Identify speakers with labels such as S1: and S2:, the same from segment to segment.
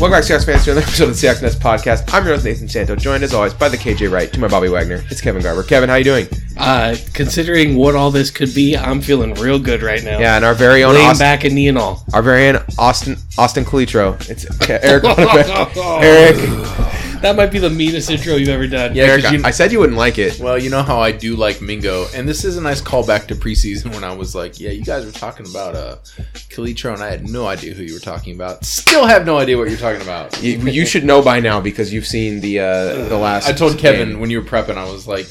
S1: Welcome back, Seahawks fans, to another episode of the Seahawks Nest Podcast. I'm your host, Nathan Santo, joined as always by the KJ Wright. To my Bobby Wagner, it's Kevin Garber. Kevin, how you doing?
S2: Uh, considering what all this could be, I'm feeling real good right now.
S1: Yeah, and our very own
S2: Laying
S1: Austin,
S2: back and knee and all.
S1: our very own Austin Austin Calitro. It's okay, Eric. Eric, Eric,
S2: That might be the meanest intro you've ever done.
S3: Yeah, 'cause you-
S1: I said you wouldn't like it.
S3: Well, you know how I do like Mingo, and this is a nice callback to preseason when I was like, "Yeah, you guys were talking about uh, Calitro, and I had no idea who you were talking about. Still have no idea what you're talking about."
S1: You, you should know by now because you've seen the uh, the last.
S3: I told
S1: game.
S3: Kevin when you were prepping, I was like,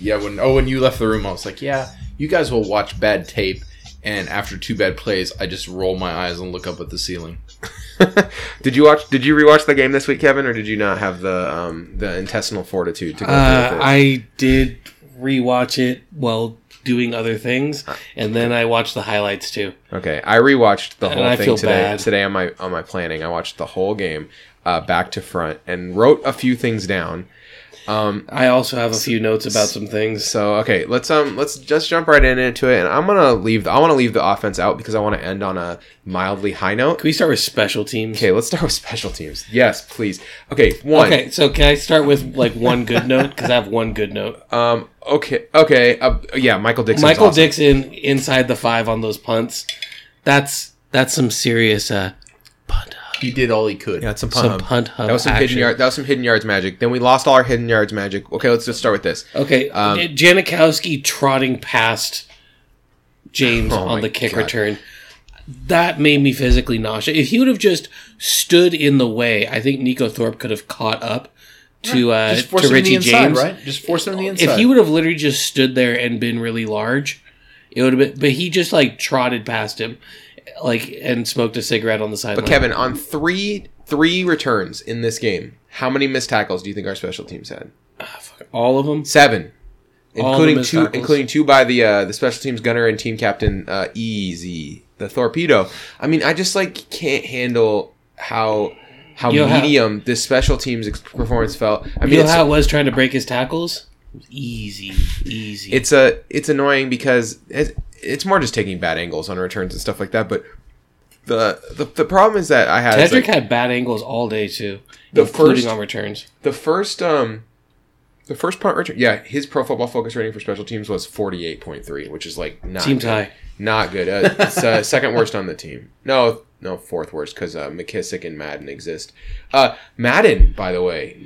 S3: "Yeah, when oh, when you left the room, I was like, yeah, you guys will watch bad tape." And after two bad plays, I just roll my eyes and look up at the ceiling.
S1: did you watch? Did you rewatch the game this week, Kevin, or did you not have the um, the intestinal fortitude to go
S2: Uh,
S1: through with it?
S2: I did rewatch it while doing other things, and then I watched the highlights too.
S1: Okay, I rewatched the
S2: And
S1: whole
S2: I
S1: thing
S2: feel
S1: today.
S2: bad.
S1: Today on my on my planning, I watched the whole game uh, back to front and wrote a few things down. Um,
S2: I also have a few notes about some things.
S1: so okay, let's um let's just jump right in into it, and I'm gonna leave the, I want to leave the offense out because I want to end on a mildly high note.
S2: Can we start with special teams?
S1: Okay, let's start with special teams. Yes, please. Okay, one.
S2: Okay, so can I start with like one good note? Because I have one good note.
S1: Um. Okay. Okay. Uh, yeah, Michael Dixon.
S2: Michael
S1: awesome.
S2: Dixon inside the five on those punts. That's that's some serious uh, punt hub.
S3: He did all he could.
S1: Yeah, it's a punt.
S2: Some
S1: hub.
S2: punt hub
S1: Uh-huh. That was some
S2: action.
S1: hidden yard. That was some hidden yards magic. Then we lost all our hidden yards magic. Okay, let's just start with this.
S2: Okay,
S1: Um,
S2: J- Janikowski trotting past James
S1: Oh my
S2: on the kick
S1: God.
S2: return. That made me physically nauseous. If he would have just stood in the way, I think Nico Thorpe could have caught up to uh,
S3: Just force
S2: to
S3: him
S2: Richie
S3: to the inside,
S2: James.
S3: right? Just force him to the inside.
S2: If he would have literally just stood there and been really large, it would have been. But he just like trotted past him, like and smoked a cigarette on the sideline.
S1: But Kevin, on three three returns in this game, how many missed tackles do you think our special teams had?
S2: all of them.
S1: Seven,
S2: All the
S1: including
S2: missed
S1: two,
S2: tackles.
S1: including two by the uh, the special teams gunner and team captain uh, Easy, the torpedo. I mean, I just like can't handle how how
S2: You'll have-
S1: medium this special teams ex- performance felt. I
S2: I
S1: mean,
S2: mean,
S1: it's,
S2: how it was trying to break his tackles. Easy, easy.
S1: it's a it's annoying because it, it's more just taking bad angles on returns and stuff like that, but. The, the, the problem is that I had is, like,
S2: Tedrick had bad angles all day too,
S1: The
S2: including
S1: first-
S2: on returns.
S1: The first um the first punt return yeah, his pro football focus rating for special teams was forty eight point three, which is like not
S2: Team
S1: good.
S2: tie.
S1: Not good. Uh, it's uh, second worst on the team. No, no, fourth worst because uh, McKissick and Madden exist. Uh, Madden, by the way.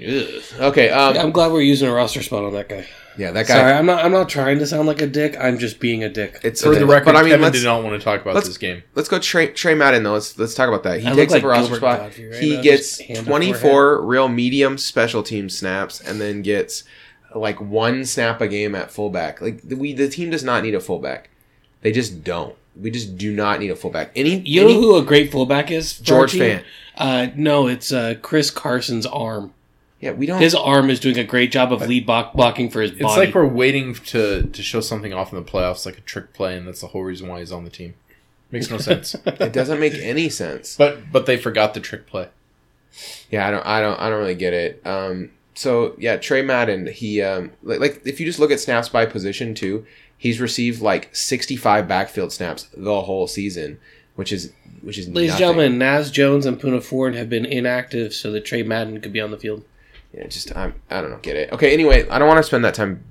S1: Ugh. Okay. Um,
S2: I'm glad we're using a roster spot on that guy.
S1: yeah, that guy.
S2: Sorry, I'm not. I'm not trying to sound like a dick. I'm just being a dick.
S1: It's
S3: For the record,
S1: but I mean,
S3: Kevin
S1: let's,
S3: did not want to talk about
S1: let's-
S3: this game.
S1: Let's go Trey, Trey Madden though. Let's let's talk about that. He
S2: I look
S1: takes up
S2: like
S1: a roster
S2: Gilbert
S1: spot.
S2: Godfrey right
S1: he
S2: now,
S1: gets
S2: just hand up
S1: 24 real medium special team snaps, and then gets like one snap a game at fullback. Like the- we, the team does not need a fullback. They just don't. We just do not need a fullback. Any,
S2: you know
S1: any-
S2: who a great fullback is? for
S1: George
S2: our team?
S1: Fant.
S2: Uh, no, it's uh, Chris Carson's arm.
S1: yeah, we don't.
S2: His arm is doing a great job of lead block- blocking for his body.
S3: It's like we're waiting to to show something off in the playoffs, like a trick play, and that's the whole reason why he's on the team. Makes no sense.
S1: it doesn't make any sense.
S3: but but they forgot the trick play.
S1: Yeah, I don't, I don't, I don't really get it. Um, so yeah, Trey Madden, he um, like, like if you just look at snaps by position too, he's received like sixty-five backfield snaps the whole season, which is which is
S2: Ladies and
S1: nothing.
S2: gentlemen, Nas Jones and Puna Ford have been inactive so that Trey Madden could be on the field.
S1: Yeah, just I'm, I don't know, get it. Okay, anyway, I don't want to spend that time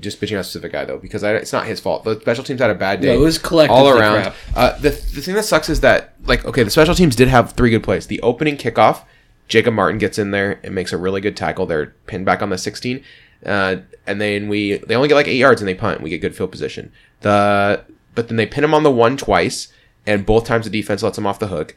S1: just bitching on a specific guy though, because I, it's not his fault. The special teams had a bad day.
S2: No, it was collective
S1: all around.
S2: crap.
S1: Uh, the the thing that sucks is that like okay, the special teams did have three good plays. The opening kickoff, Jacob Martin gets in there and makes a really good tackle. They're pinned back on the 16, uh, and then we they only get like eight yards and they punt. We get good field position. The but then they pin him on the one twice, and both times the defense lets him off the hook.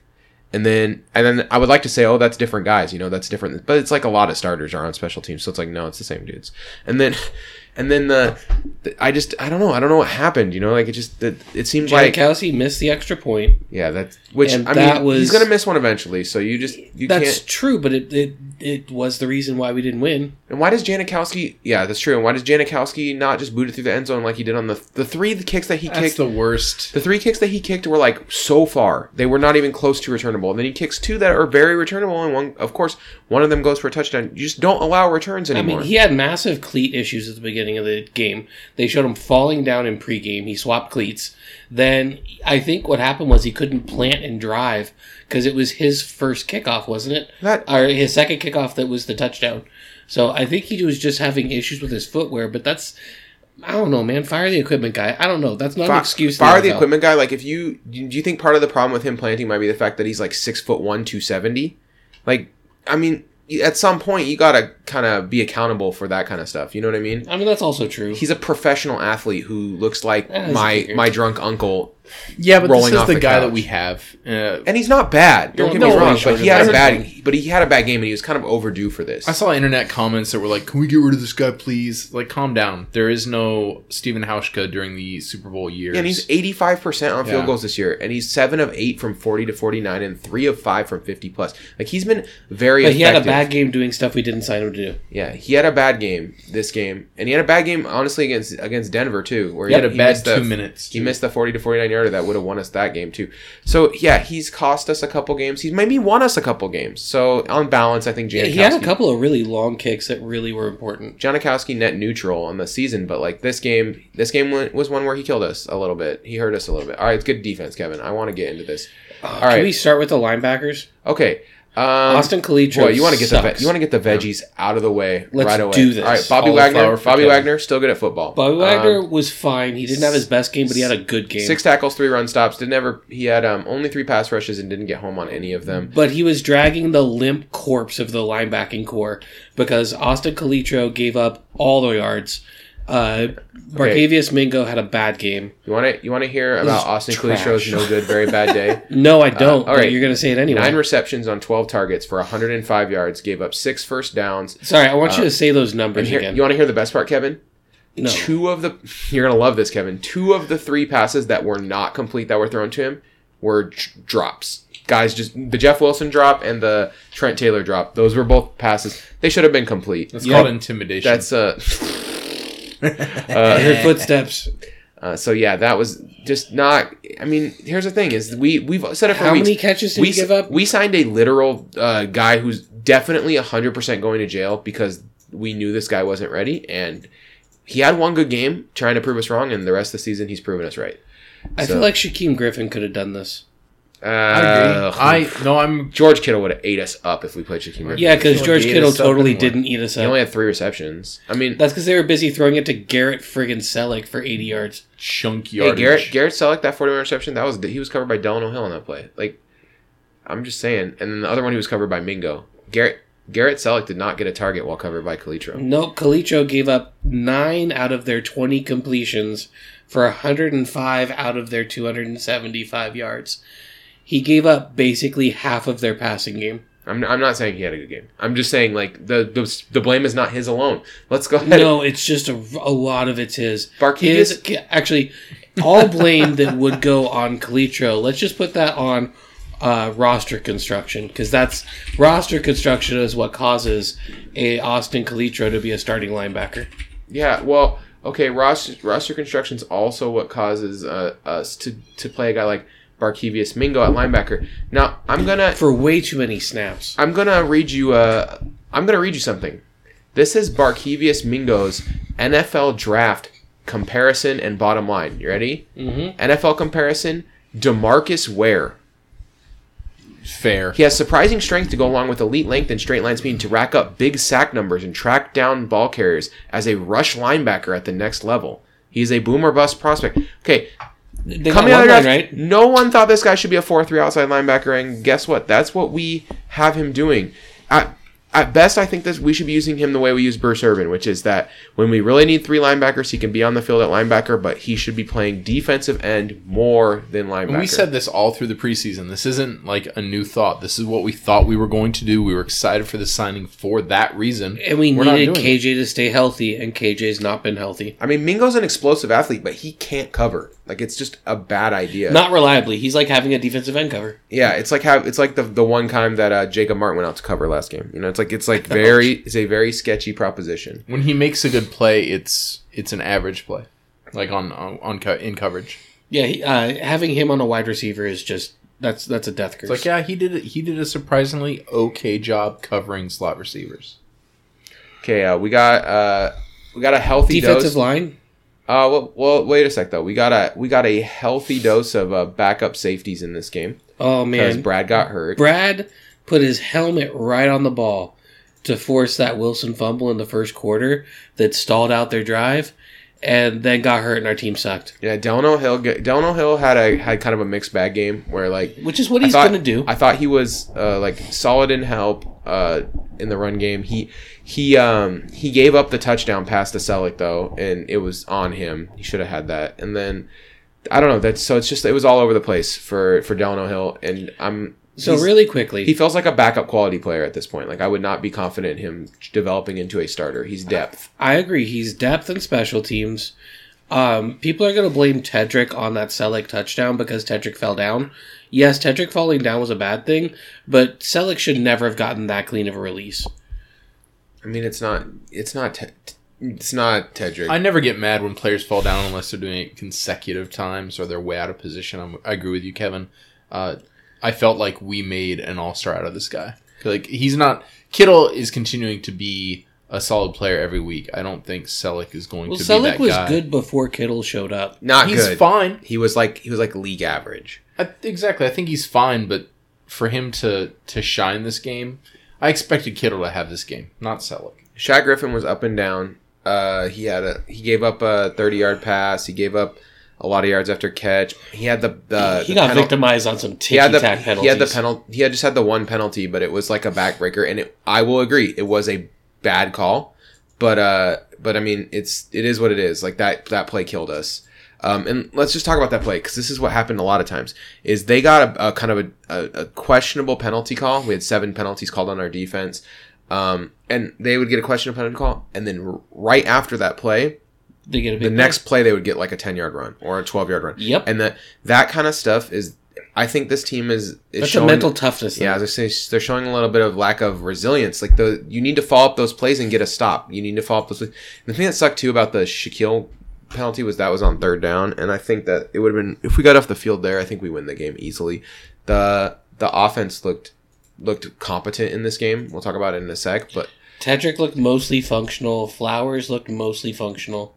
S1: And then and then I would like to say, oh, that's different guys, you know, that's different. But it's like a lot of starters are on special teams, so it's like no, it's the same dudes. And then and then the, the- I just I don't know I don't know what happened, you know, like it just it, it seems like
S2: Janikowski missed the extra point.
S1: yeah, that's which
S2: And
S1: I
S2: that
S1: mean
S2: was-
S1: he's gonna miss one eventually, so you just you
S2: That's
S1: can't.
S2: true, but it, it it was the reason why we didn't win.
S1: And why does Janikowski? Yeah, that's true. And why does Janikowski not just boot it through the end zone like he did on the the three kicks that he
S3: That's
S1: kicked?
S3: the worst.
S1: The three kicks that he kicked were like so far. They were not even close to returnable. And then he kicks two that are very returnable, and one, of course, one of them goes for a touchdown. You just don't allow returns
S2: I
S1: anymore.
S2: mean, he had massive cleat issues at the beginning of the game. They showed him falling down in pregame. He swapped cleats. Then I think what happened was he couldn't plant and drive because it was his first kickoff, wasn't it?
S1: That-
S2: or his second kickoff that was the touchdown. So I think he was just having issues with his footwear. But that's I don't know, man. Fire the equipment guy. I don't know. That's not
S1: Fi-
S2: an excuse. in
S1: Fire the
S2: NFL.
S1: equipment guy. Like, if you do you think part of the problem with him planting might be the fact that he's like six foot one, two seventy? Like, I mean, you- at some point you gotta kind of be accountable for that kind of stuff. You know what I mean?
S2: I mean, that's also true.
S1: He's a professional athlete who looks like
S2: That is
S1: my
S2: weird.
S1: my drunk uncle,
S3: Yeah, but
S1: Rolling
S3: this
S1: off
S3: is the
S1: the
S3: guy that
S1: couch.
S3: we have. Uh,
S1: and he's not bad. Don't
S2: No,
S1: get
S2: no
S1: me
S2: one
S1: wrong,
S2: showed
S1: but
S2: him
S1: he had a
S2: that.
S1: bad, but he had a bad game, and he was kind of overdue for this.
S3: I saw internet comments that were like, "Can we get rid of this guy, please?" Like, calm down. There is no Stephen Hauschka during the Super Bowl years.
S1: Yeah, and he's 85% on field
S3: Yeah.
S1: goals this year, and he's 7 of 8 from 40 to 49, and 3 of 5 from 50 plus. Like, he's been very
S2: but he had a
S1: effective.
S2: bad game doing stuff we didn't sign him to do.
S1: Yeah, he had a bad game this game, and he had a bad game, honestly, against against Denver, too, where
S3: he had a bad
S1: missed the-
S3: two minutes.
S1: He missed the 40 to 49 yarder that would have won us that game, too. So, yeah, he's cost us a couple games. He's maybe won us a couple games. So, on balance, I think Janikowski,
S2: He had a couple of really long kicks that really were important.
S1: Janikowski net neutral on the season, but, like, this game this game wa- was one where he killed us a little bit. He hurt us a little bit. All right, it's good defense, Kevin. I want to get into this.
S2: All right,
S1: right.
S2: Uh, Can we start with the linebackers?
S1: Okay. Um,
S2: Austin Kalichuk.
S1: boy, you want to get the
S2: sucks.
S1: ve- you want to get the veggies out of the way
S2: Let's
S1: right away.
S2: do this.
S1: All right, Bobby
S3: Cauliflower
S1: Wagner.
S3: for
S1: Bobby
S3: Kevin.
S1: Wagner still good at football.
S2: Bobby
S1: Um,
S2: Wagner was fine. He didn't have his best game, but he had a good game.
S1: six tackles, three run stops. Didn't ever. He had um, only three pass rushes and didn't get home on any of them.
S2: But he was dragging the limp corpse of the linebacking core because Austin Calitro gave up all the yards. Uh, Martavius Mingo had a bad game.
S1: You want to you want to hear
S2: is
S1: about Austin
S2: trash.
S1: Calitro's no good, very bad day.
S2: No, I don't.
S1: all
S2: all
S1: right.
S2: right. You're going to say it anyway.
S1: Uh, Nine receptions on twelve targets for 105 yards. Gave up six first downs.
S2: Sorry, I want you to say those
S1: Uh, And
S2: numbers
S1: here,
S2: again.
S1: you want to hear the best part, Kevin?
S2: no.
S1: Two of the you're gonna love this, Kevin. Two of the three passes that were not complete that were thrown to him were j- drops. Guys, just the Jeff Wilson drop and the Trent Taylor drop. Those were both passes. They should have been complete.
S3: That's
S2: Yeah.
S3: called intimidation.
S1: That's uh,
S2: I
S1: uh,
S2: heard footsteps.
S1: uh, so yeah, that was just not. I mean, here's the thing: is we we've said it for
S2: How
S1: weeks.
S2: many catches did
S1: we
S2: he
S1: s-
S2: give up?
S1: We signed a literal uh, guy who's definitely 100% going to jail because we knew this guy wasn't ready. And he had one good game trying to prove us wrong, and the rest of the season he's proven us right.
S2: I
S1: so-
S2: feel like Shaquem Griffin could have done this.
S1: Uh,
S3: I agree. I no, I'm
S1: George Kittle would have ate us up if we played Shaquem Griffin.
S2: Yeah, because
S3: Like
S2: George
S3: he ate
S2: Kittle
S3: us up
S2: totally
S3: and won.
S2: didn't eat us
S1: He only
S2: up.
S1: had three receptions. I mean,
S2: That's because they were busy throwing it to Garrett friggin' Selleck for 80 yards.
S3: chunky.
S1: hey, Garrett Garrett Selleck that 41 reception that was he was covered by Delano Hill on that play. Like, I'm just saying. And then the other one he was covered by Mingo. Garrett Garrett Selleck did not get a target while covered by Calitro.
S2: Nope, Calicho gave up nine out of their 20 completions for 105 out of their 275 yards. He gave up basically half of their passing game.
S1: I'm, I'm not saying he had a good game. I'm just saying like the the, the blame is not his alone. Let's go ahead.
S2: No, it's just a, a lot of it's his.
S1: Barkevius,
S2: His actually all blame that would go on Calitro. Let's just put that on uh, roster construction because that's roster construction is what causes a Austin Calitro to be a starting linebacker.
S1: yeah. Well, okay. Roster, roster construction's also what causes uh, us to to play a guy like Barkevius Mingo at linebacker. Now I'm gonna
S2: for way too many snaps.
S1: I'm gonna read you uh I'm gonna read you something. This is Barkevius Mingo's NFL draft comparison and bottom line. You ready?
S2: Mm-hmm.
S1: NFL comparison: Demarcus Ware.
S3: fair.
S1: He has surprising strength to go along with elite length and straight line speed to rack up big sack numbers and track down ball carriers as a rush linebacker at the next level. He's a boomer bust prospect. Okay,
S2: They
S1: coming out
S2: got
S1: of
S2: one
S1: draft,
S2: line, right?
S1: no one thought this guy should be a four-three outside linebacker, and guess what? That's what we have him doing. At, at best, I think this we should be using him the way we use Bruce Irvin, which is that when we really need three linebackers, he can be on the field at linebacker, but he should be playing defensive end more than linebacker.
S3: And we said this all through the preseason. This isn't like a new thought. This is what we thought we were going to do. We were excited for the signing for that reason.
S2: And we
S3: We're not
S2: needed
S3: doing
S2: KJ to stay healthy, and KJ's not been healthy.
S1: I mean, Mingo's an explosive athlete, but he can't cover. Like it's just a bad idea.
S2: Not reliably. He's like having a defensive end cover.
S1: yeah, it's like how it's like the the one time that uh, Jacob Martin went out to cover last game. You know, it's like it's like very it's a very sketchy proposition.
S3: When he makes a good play, it's it's an average play, like on on, on co- in coverage.
S2: Yeah, he, uh, having him on a wide receiver is just that's that's a death curse.
S3: It's like yeah, he did it. He did a surprisingly okay job covering slot receivers.
S1: Okay, uh, we got uh, we got a healthy
S2: Defensive
S1: dose.
S2: line.
S1: Uh, well, well, wait a sec though. We got a we got a healthy dose of uh, backup safeties in this game
S2: Oh
S1: because
S2: man,
S1: Brad got hurt.
S2: Brad put his helmet right on the ball to force that Wilson fumble in the first quarter that stalled out their drive, and then got hurt and our team sucked.
S1: yeah, Delano Hill. g- Delano Hill had a had kind of a mixed bag game where like
S2: Which is what
S1: I
S2: he's
S1: thought-
S2: gonna do.
S1: I thought he was uh, like solid in help uh, in the run game. He he um, he gave up the touchdown pass to Selick though, and it was on him. He should have had that. And then I don't know. That's so it's just it was all over the place for for Delano Hill, and I'm
S2: so
S1: he's-
S2: really quickly,
S1: He feels like a backup quality player at this point. Like I would not be confident in him developing into a starter. He's depth.
S2: I agree. He's depth and special teams. Um, people are going to blame Tedrick on that Selick touchdown because Tedrick fell down. Yes, Tedrick falling down was a bad thing, but Selick should never have gotten that clean of a release.
S1: I mean, it's not. It's not. Te- it's not Tedrick.
S3: I never get mad when players fall down unless they're doing it consecutive times or they're way out of position. I'm, I agree with you, Kevin. Uh, I felt like we made an all star out of this guy. Like he's not Kittle is continuing to be a solid player every week. I don't think Selick is going
S2: Well,
S3: to be
S2: Selick
S3: that
S2: was
S3: guy.
S2: good before Kittle showed up.
S1: not
S3: He's
S1: good.
S3: fine.
S1: He was like he was like league average.
S3: I, exactly. I think he's fine, but for him to to shine this game, I expected Kittle to have this game, not Selick.
S1: Shaq Griffin was up and down. Uh, he had a he gave up a thirty yard pass. He gave up a lot of yards after catch. He had the the
S2: he
S1: the
S2: got
S1: penal-
S2: victimized on some
S1: He
S2: ticky
S1: had the
S2: tack penalties.
S1: he had the penalty. He had just had the one penalty, but it was like a backbreaker. And it, I will agree, it was a bad call. But uh, but I mean, it's it is what it is. Like that that play killed us. Um, and let's just talk about that play because this is what happened a lot of times. Is they got a, a kind of a, a, a questionable penalty call. We had seven penalties called on our defense. Um, and they would get a questionable penalty call, and then r- right after that play,
S2: They get a
S1: the
S2: big
S1: next play they would get like a ten yard run or a twelve yard run.
S2: Yep.
S1: And that that kind of stuff is, I think this team is is
S2: That's
S1: showing-
S2: a mental toughness. Thing.
S1: yeah, as I say, they're showing a little bit of lack of resilience. Like the you need to follow up those plays and get a stop. You need to follow up those. Plays. The thing that sucked too about the Shaquille penalty was that was on third down, and I think that it would have been if we got off the field there, I think we win the game easily. the The offense looked looked competent in this game. We'll talk about it in a sec, but
S2: Tedrick looked mostly functional. Flowers looked mostly functional.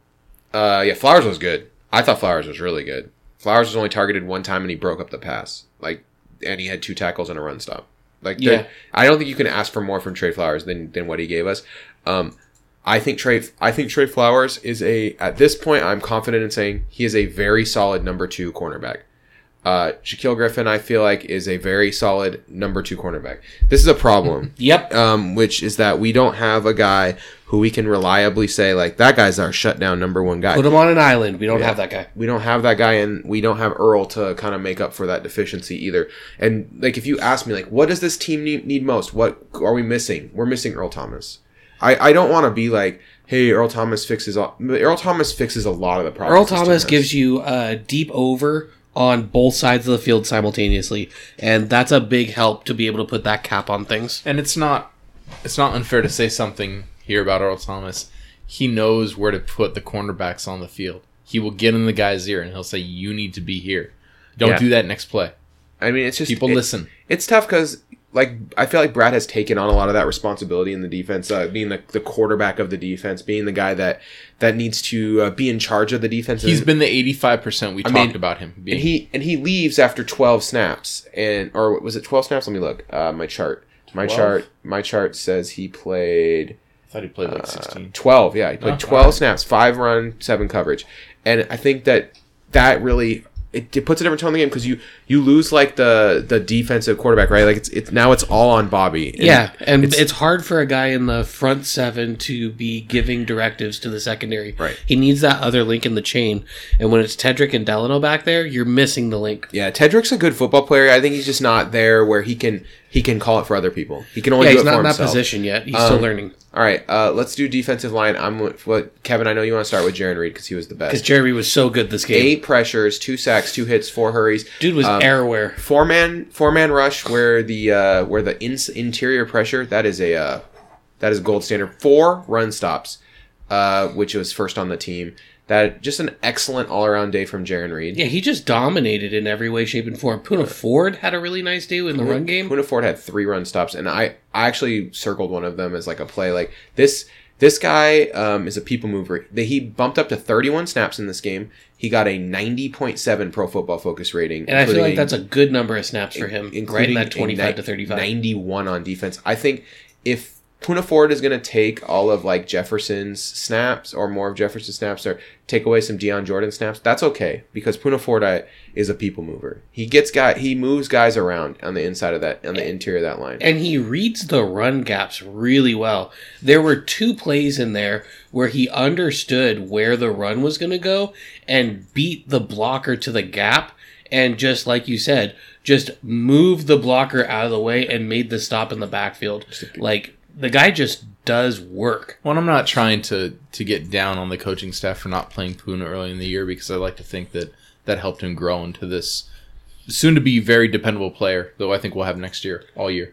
S1: uh, yeah, Flowers was good. I thought Flowers was really good. Flowers was only targeted one time, and he broke up the pass. Like, and he had two tackles and a run stop. Like,
S2: Yeah.
S1: yeah. I don't think you can ask for more from Trey Flowers than than what he gave us. Um, I think Trey. I think Trey Flowers is a. At this point, I'm confident in saying he is a very solid number two cornerback. Uh, Shaquille Griffin, I feel like, is a very solid number two cornerback. This is a problem
S2: Yep.
S1: um, which is that we don't have a guy who we can reliably say like that guy's our shutdown number one guy.
S2: Put him on an island. We don't have that guy.
S1: we don't have that guy, and we don't have Earl to kind of make up for that deficiency either. And like, if you ask me, like, what does this team need, need most? What are we missing? We're missing Earl Thomas. I, I don't want to be like, hey, Earl Thomas fixes all. Earl Thomas fixes a lot of the problems.
S2: Earl
S1: this team
S2: Thomas
S1: has.
S2: gives you a deep over on both sides of the field simultaneously, and that's a big help to be able to put that cap on things.
S3: And it's not it's not unfair to say something here about Earl Thomas. He knows where to put the cornerbacks on the field. He will get in the guy's ear and he'll say, "You need to be here. Don't
S1: Yeah.
S3: do that next play."
S1: I mean, it's just
S3: People
S1: it-
S3: listen.
S1: It's tough because like I feel like Brad has taken on a lot of that responsibility in the defense, uh, being the, the quarterback of the defense, being the guy that that needs to uh, be in charge of the defense.
S3: He's
S1: and,
S3: been the eighty-five percent we talked
S1: mean,
S3: about him being.
S1: and he and he leaves after twelve snaps, and or was it twelve snaps? Let me look. Uh, my chart. My
S3: 12?
S1: chart. My chart says he played.
S3: I thought he played like sixteen.
S1: 12 yeah he played
S3: Oh,
S1: 12
S3: wow.
S1: snaps 5 run 7 coverage and i think that that really it, it puts a different tone in the game because you you lose like the the defensive quarterback right like it's it's now it's all on bobby And
S2: yeah, and it's,
S1: it's-
S2: hard for a guy in the front seven to be giving directives to the secondary.
S1: Right.
S2: He needs that other link in the chain, and when it's Tedrick and Delano back there, you're missing the link.
S1: yeah tedrick's a good football player i think he's just not there where he can he can call it for other people he can only
S2: Yeah,
S1: do
S2: he's
S1: it
S2: not
S1: for
S2: in that
S1: himself
S2: position yet. He's still
S1: Um,
S2: learning
S1: all right uh let's do defensive line i'm with- what kevin i know you want to start with Jaron reed because he was the
S2: because
S1: best
S2: Jeremy was so good this game.
S1: eight pressures two sacks two hits four hurries
S2: Dude was
S1: um,
S2: everywhere.
S1: four man four man rush where the uh, where the in- interior pressure that is a uh, that is gold standard four run stops uh, which was first on the team that just an excellent all around day from Jaron Reed.
S2: Yeah, he just dominated in every way, shape, and form. Puna Ford had a really nice day in the run game.
S1: Puna Ford had three run stops, and I, I actually circled one of them as like a play. Like this, This guy um, is a people mover. They- He bumped up to 31 snaps in this game. He got a 90.7 Pro Football Focus rating,
S2: And I feel
S1: including
S2: like that's a good number of snaps for him, right
S1: including
S2: in that
S1: a
S2: 25 to
S1: ni-
S2: 35.
S1: 91 on defense. I think if Puna Ford is going to take all of like Jefferson's snaps or more of Jefferson's snaps or take away some Deion Jordan snaps, that's okay because Puna Ford I, is a people mover. He gets guy he moves guys around on the inside of that on the interior of that line.
S2: and he reads the run gaps really well. There were two plays in there where he understood where the run was going to go and beat the blocker to the gap and just like you said, just moved the blocker out of the way and made the stop in the backfield. Like the guy just does work.
S3: Well, I'm not trying to to get down on the coaching staff for not playing Puna early in the year because I like to think that that helped him grow into this soon to be very dependable player, though I think we'll have next year, all year.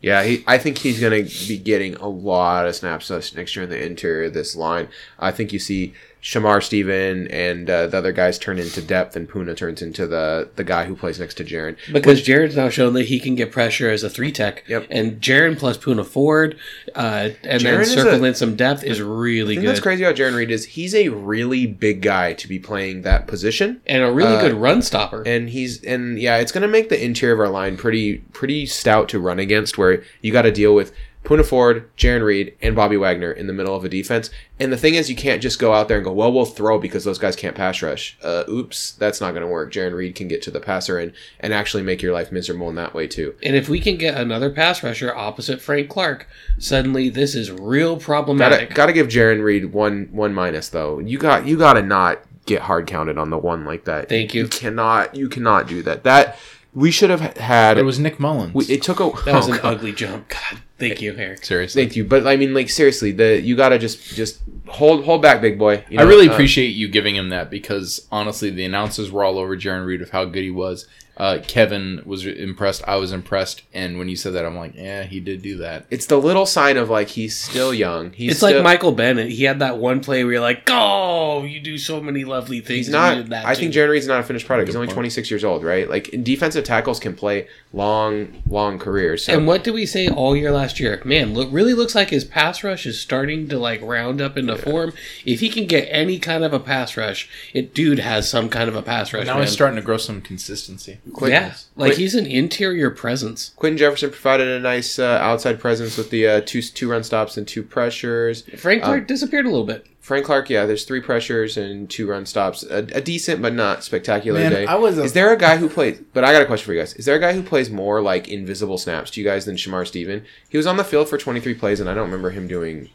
S1: Yeah, he, I think he's going to be getting a lot of snaps this- next year in the interior of this line. I think you see Shamar Steven and uh, the other guys turn into depth, and Puna turns into the the guy who plays next to Jaron.
S2: Because Jared's now shown that he can get pressure as a three tech.
S1: Yep.
S2: And Jared plus Puna Ford, uh,
S1: Jaron
S2: and then
S1: is
S2: circling
S1: a-
S2: in some depth is really
S1: thing
S2: good.
S1: that's crazy about Jaron Reed is he's a really big guy to be playing that position,
S2: And a really
S1: Uh,
S2: good run stopper.
S1: and he's and yeah, it's gonna make the interior of our line pretty pretty stout to run against. Where you got to deal with Puna Ford, Jaron Reed, and Bobby Wagner in the middle of a defense. And the thing is, you can't just go out there and go, well, we'll throw because those guys can't pass rush. Uh, oops, that's not gonna work. Jaron Reed can get to the passer and and actually make your life miserable in that way too.
S2: And if we can get another pass rusher opposite Frank Clark, suddenly this is real
S1: Gotta,
S2: problematic.
S1: gotta give Jaron Reed one one minus though. You got you gotta not get hard counted on the one like that.
S2: Thank
S1: You
S2: you.
S1: cannot. You cannot do that. That we should have had.
S3: It was Nick Mullins.
S1: we, it took a.
S2: That was
S1: oh,
S2: an
S1: God.
S2: ugly jump. God, thank you, Eric.
S3: Seriously.
S1: Thank you, but I mean, like seriously, the you gotta just just hold hold back, big boy. You
S3: I
S1: know,
S3: really
S1: uh,
S3: appreciate you giving him that because honestly, the announcers were all over Jaron Reed of how good he was. Uh, Kevin was impressed. I was impressed. And when you said that, I'm like, yeah, he did do that.
S1: It's the little sign of like he's still young. He's
S2: It's
S1: still-
S2: like Michael Bennett. He had that one play where you're like, "Oh, you do so many lovely things."
S1: He's
S2: and you
S1: not.
S2: did that
S1: I
S2: too."
S1: think Jaron Reed's not a finished product. He's
S3: Good
S1: only
S3: point.
S1: 26 years old, right? Like defensive tackles can play long, long careers. So.
S2: And what did we say all year last year? Man, look, really looks like his pass rush is starting to like round up into form. If he can get any kind of a pass rush, it dude has some kind of a pass rush.
S3: Now
S2: man.
S3: he's starting to grow some consistency.
S2: yeah, like
S1: Quick-
S2: he's an interior presence.
S1: Quentin Jefferson provided a nice uh, outside presence with the uh, two two run stops and two pressures.
S2: Frank Clark disappeared a little bit.
S1: Frank Clark, yeah, there's three pressures and two run stops. A, a decent but not spectacular
S3: Man,
S1: day.
S3: I was a-
S1: Is there a guy who plays? But I got a question for you guys. Is there a guy who plays more like invisible snaps to you guys than Shamar Steven? He was on the field for 23 plays, and I don't remember him doing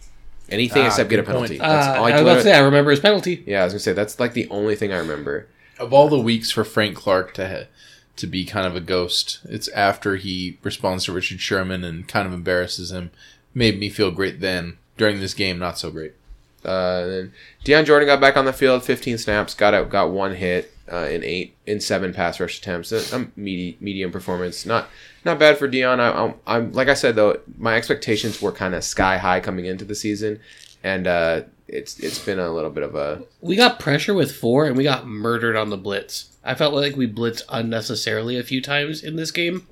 S1: anything
S3: Ah,
S1: except get a
S3: good point.
S1: penalty. That's
S2: Uh,
S1: all I can
S2: I, was about to
S1: remember-
S2: say, I remember his penalty.
S1: Yeah, I was gonna say that's like the only thing I remember.
S3: Of all the weeks for Frank Clark to ha- to be kind of a ghost, it's after he responds to Richard Sherman and kind of embarrasses him. Made me feel great then. During this game, not so great.
S1: Uh, then Deion Jordan got back on the field, 15 snaps, got out, got one hit uh, in eight in seven pass rush attempts. A, a medi- medium performance, not not bad for Deion. I, I'm, I'm like I said though, my expectations were kind of sky high coming into the season, and uh, it's it's been a little bit of a
S2: We got pressure with four, and we got murdered on the blitz. I felt like we blitzed unnecessarily a few times in this game,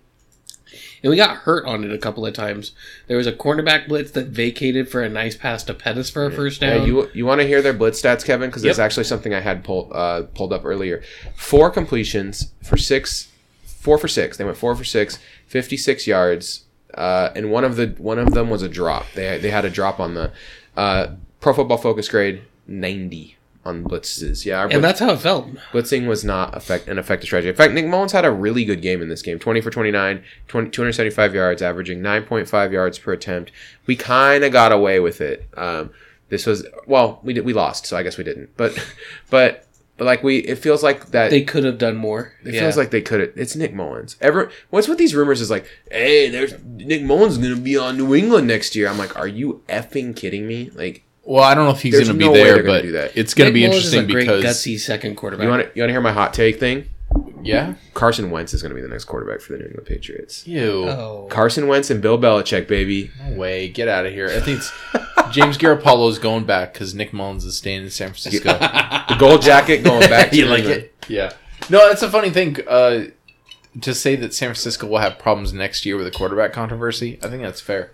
S2: and we got hurt on it a couple of times. There was a cornerback blitz that vacated for a nice pass to Pettis for a first down.
S1: Yeah, you you want to hear their blitz stats, Kevin? Because it's
S2: Yep.
S1: actually something I had pulled uh, pulled up earlier. Four completions for six, four for six. They went four for six, 56 yards, uh, and one of the one of them was a drop. They they had a drop on the uh, Pro Football Focus grade 90 on blitzes. Yeah, our
S2: and
S1: blitz-
S2: that's how it felt.
S1: blitzing was not effect- an effective strategy. In fact, Nick Mullins had a really good game in this game 20 for 29, 20, 275 yards, averaging 9.5 yards per attempt. We kind of got away with it. Um, this was, well, we did, we lost, so I guess we didn't. But, but, but like we, it feels like that.
S2: They could have done more.
S1: it
S2: yeah.
S1: feels like they could. have It's Nick Mullins. Ever what's with these rumors is like, hey, there's Nick Mullins is gonna be on New England next year. I'm like, are you effing kidding me? Like,
S3: Well, I don't know if he's
S1: There's
S3: going to be
S1: no way they're
S3: there,
S1: gonna
S3: but
S1: do that.
S3: it's going to
S2: Nick
S3: be
S2: Mullins is
S3: interesting
S2: a great
S3: because
S2: gutsy second quarterback.
S1: you want to you want to hear my hot take thing?
S3: yeah,
S1: Carson Wentz is gonna be the next quarterback for the New England Patriots.
S3: ew.
S2: oh.
S1: Carson Wentz and Bill Belichick, baby.
S3: No way, get out of here. I think it's James Garoppolo's going back because Nick Mullins is staying in San Francisco.
S1: The gold jacket going back.
S3: you
S1: to
S3: like
S1: England.
S3: it? Yeah. No, that's a funny thing. Uh, to say that San Francisco will have problems next year with the quarterback controversy, I think that's fair.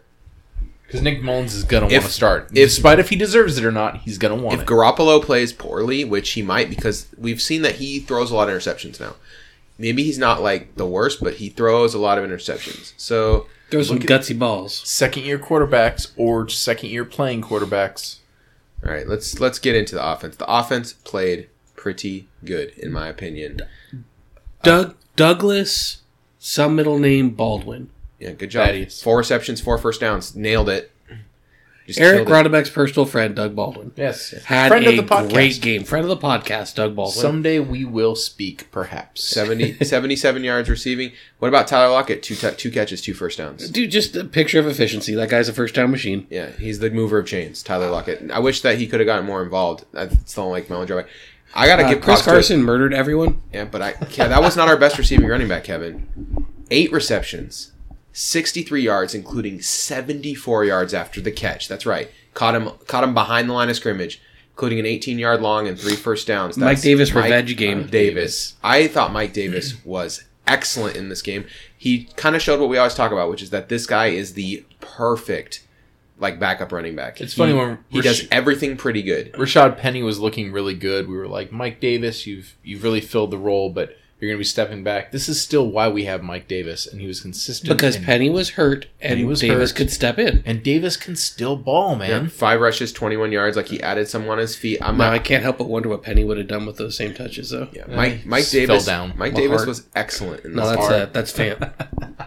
S3: Because Nick Mullins is gonna want
S1: If-
S3: to start,
S1: if-
S3: despite if he deserves it or not. He's gonna want
S1: If
S3: it.
S1: Garoppolo plays poorly, which he might, because we've seen that he throws a lot of interceptions now. Maybe he's not like the worst, but he throws a lot of interceptions. So
S2: Throw some
S3: Look
S2: gutsy balls.
S3: Second year quarterbacks or second year playing quarterbacks.
S1: all right, let's let's get into the offense. The offense played pretty good, in my opinion.
S2: Doug Douglas, some middle name Baldwin.
S1: Yeah, good job.
S3: Thaddeus.
S1: Four receptions, four first downs, nailed it. Just
S2: Eric
S1: killed it.
S2: Ronnebeck's personal friend, Doug Baldwin.
S3: Yes,
S2: Had
S3: friend
S2: a
S3: of the podcast.
S2: great game. Friend of the podcast, Doug Baldwin.
S3: Someday we will speak, perhaps.
S1: 70, 77 yards receiving. What about Tyler Lockett? Two tou- two catches, two first downs.
S2: Dude, just a picture of efficiency. That guy's a first down machine.
S1: Yeah, he's the mover of chains, Tyler Lockett. I wish that he could have gotten more involved. That's the only like my only drawback. I gotta
S2: Uh,
S1: give
S2: Chris
S1: props to-
S2: Carson murdered everyone.
S1: Yeah, but I yeah, that was not our best receiving running back, Kevin. Eight receptions, sixty-three yards, including seventy-four yards after the catch. That's right. Caught him caught him behind the line of scrimmage, including an eighteen-yard long and three first downs.
S2: Mike Davis revenge game.
S1: Davis. I thought Mike Davis was excellent in this game. He kind of showed what we always talk about, which is that this guy is the perfect like backup running back.
S3: It's
S1: He-
S3: funny when
S1: he does everything pretty good.
S3: Rashad Penny was looking really good. We were like, Mike Davis, you've you've really filled the role, but you're going to be stepping back. This is still why we have Mike Davis, and he was consistent.
S2: Because
S3: and,
S2: Penny was hurt and
S3: Penny was
S2: Davis
S3: hurt.
S2: could step in.
S3: and Davis can still ball,
S1: Yeah,
S3: man.
S1: five rushes, twenty-one yards. Like he added some on his feet. I'm
S2: Now,
S1: not.
S2: I can't help but wonder what Penny would have done with those same touches, though.
S1: Yeah,
S3: Yeah,
S1: Mike
S3: he
S1: Mike
S3: fell
S1: Davis
S3: down.
S1: Mike
S3: My
S1: Davis
S3: heart.
S1: was excellent in this.
S2: No, that's
S1: part.
S2: uh, that's Fant.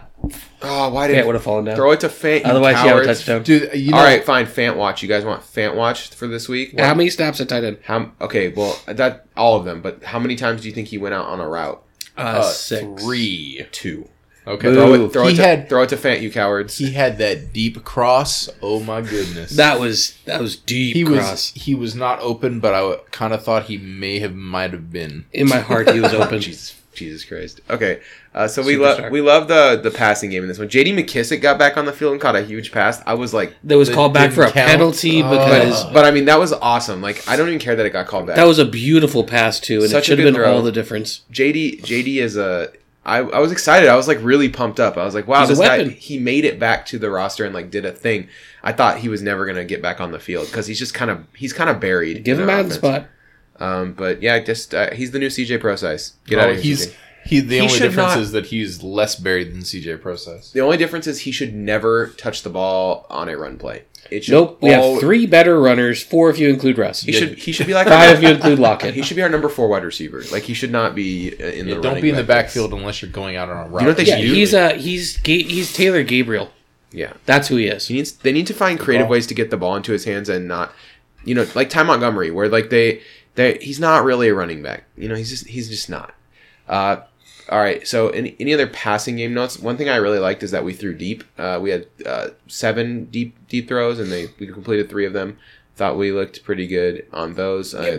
S1: oh, why
S2: Fant
S1: did
S2: would have fallen down.
S1: throw it to Fant?
S2: Otherwise,
S1: you
S2: he had a
S1: cowards.
S2: touchdown.
S3: Dude, you know,
S1: All right, fine. Fant watch. You guys want Fant watch for this week?
S2: How many snaps at tight end?
S1: How? Okay, well that all of them. But how many times do you think he went out on a route?
S2: Uh,
S3: uh,
S2: six.
S3: three.
S1: Two.
S3: Okay,
S2: Boo.
S1: Throw it. Throw
S3: He
S1: it. To,
S3: had-
S1: throw it to Fant. You cowards.
S3: he had that deep cross. Oh my goodness,
S2: That was that was deep
S3: he
S2: cross.
S3: was he was not open, but I kind of thought he may have might have been.
S2: In my heart, he was open.
S1: Jesus, Jesus Christ. Okay, uh, so we love
S2: Superstar.
S1: we love the the passing game in this one. J.D. McKissick got back on the field and caught a huge pass. I was like,
S2: That was
S3: That
S2: called back for a
S3: didn't count.
S2: penalty
S3: Oh.
S1: but,
S2: because
S1: but I mean that was awesome. Like I don't even care that it got called back.
S2: that was a beautiful pass too, and
S1: Such a
S2: it should
S1: good
S2: have been
S1: throw.
S2: all the difference.
S1: JD JD is a I, I was excited. I was like really pumped up. I was like, wow,
S2: He's a
S1: this guy
S2: weapon.
S1: he made it back to the roster and like did a thing. I thought he was never gonna get back on the field because he's just kind of he's kind of buried.
S2: Give
S1: in
S2: him
S1: our
S2: out of the
S1: offense.
S2: spot.
S1: Um, but yeah, just uh, he's the new CJ Procise. Get
S3: Oh,
S1: out of here.
S3: He's
S1: CJ.
S3: he. The
S1: He
S3: only
S1: should
S3: difference
S1: not-
S3: is that he's less buried than CJ Process.
S1: The only difference is he should never touch the ball on a run play. It should
S2: Nope. We
S1: all-
S2: have three better runners. Four if you include Russ.
S1: He should he should be like
S2: Five if you
S1: our,
S2: include
S1: he
S2: Lockett.
S1: should be our number four wide receiver. Like he should not be uh, in the
S3: Yeah, don't
S1: running
S3: be in the
S1: back.
S3: backfield unless you're going out on a route.
S1: don't think
S2: Yeah,
S1: he should
S2: he's uh he's Ga- he's Taylor Gabriel.
S1: Yeah.
S2: That's who he is.
S1: He needs. They need to find creative
S3: ball.
S1: ways to get the ball into his hands and not, you know, like Ty Montgomery, where like they, they he's not really a running back. You know, he's just he's just not. Uh, all right. So any, any other passing game notes? One thing I really liked is that we threw deep. Uh, we had uh, seven deep deep throws, and they we completed three of them. Thought we looked pretty good on those. Uh,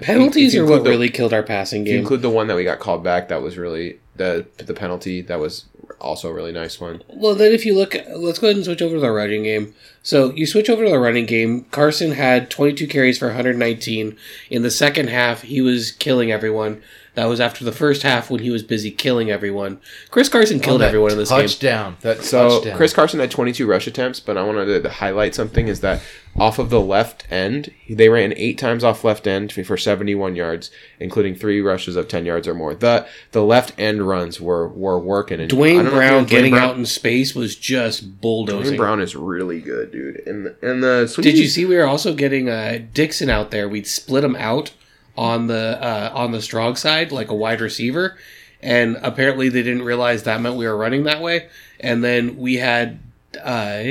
S1: if
S2: Penalties
S1: you
S2: are what
S1: include the-
S2: really killed our passing
S1: if you
S2: game.
S1: include the one that we got called back, that was really the the penalty. That was also a really nice one.
S2: Well, then if you look, let's go ahead and switch over to the running game. So you switch over to the running game. Carson had 22 carries for 119. In the second half, he was killing everyone. That was after the first half when he was busy killing everyone. Chris Carson killed everyone in this game.
S3: touchdown. That
S1: So
S3: touchdown.
S1: Chris Carson had 22 rush attempts, but I wanted to, to highlight something is that off of the left end, they ran eight times off left end for 71 yards, including three rushes of 10 yards or more. The the left end runs were were working. And I don't know
S2: Dwayne
S1: if you
S2: Brown
S1: know Dwayne
S2: getting
S1: Brown-
S2: out in space was just bulldozing.
S1: Dwayne Brown is really good, dude. And the- and the Sweeney-
S2: Did you see we were also getting uh, Dixon out there? We'd split him out on the uh, on the strong side like a wide receiver, and apparently they didn't realize that meant we were running that way. And then we had uh,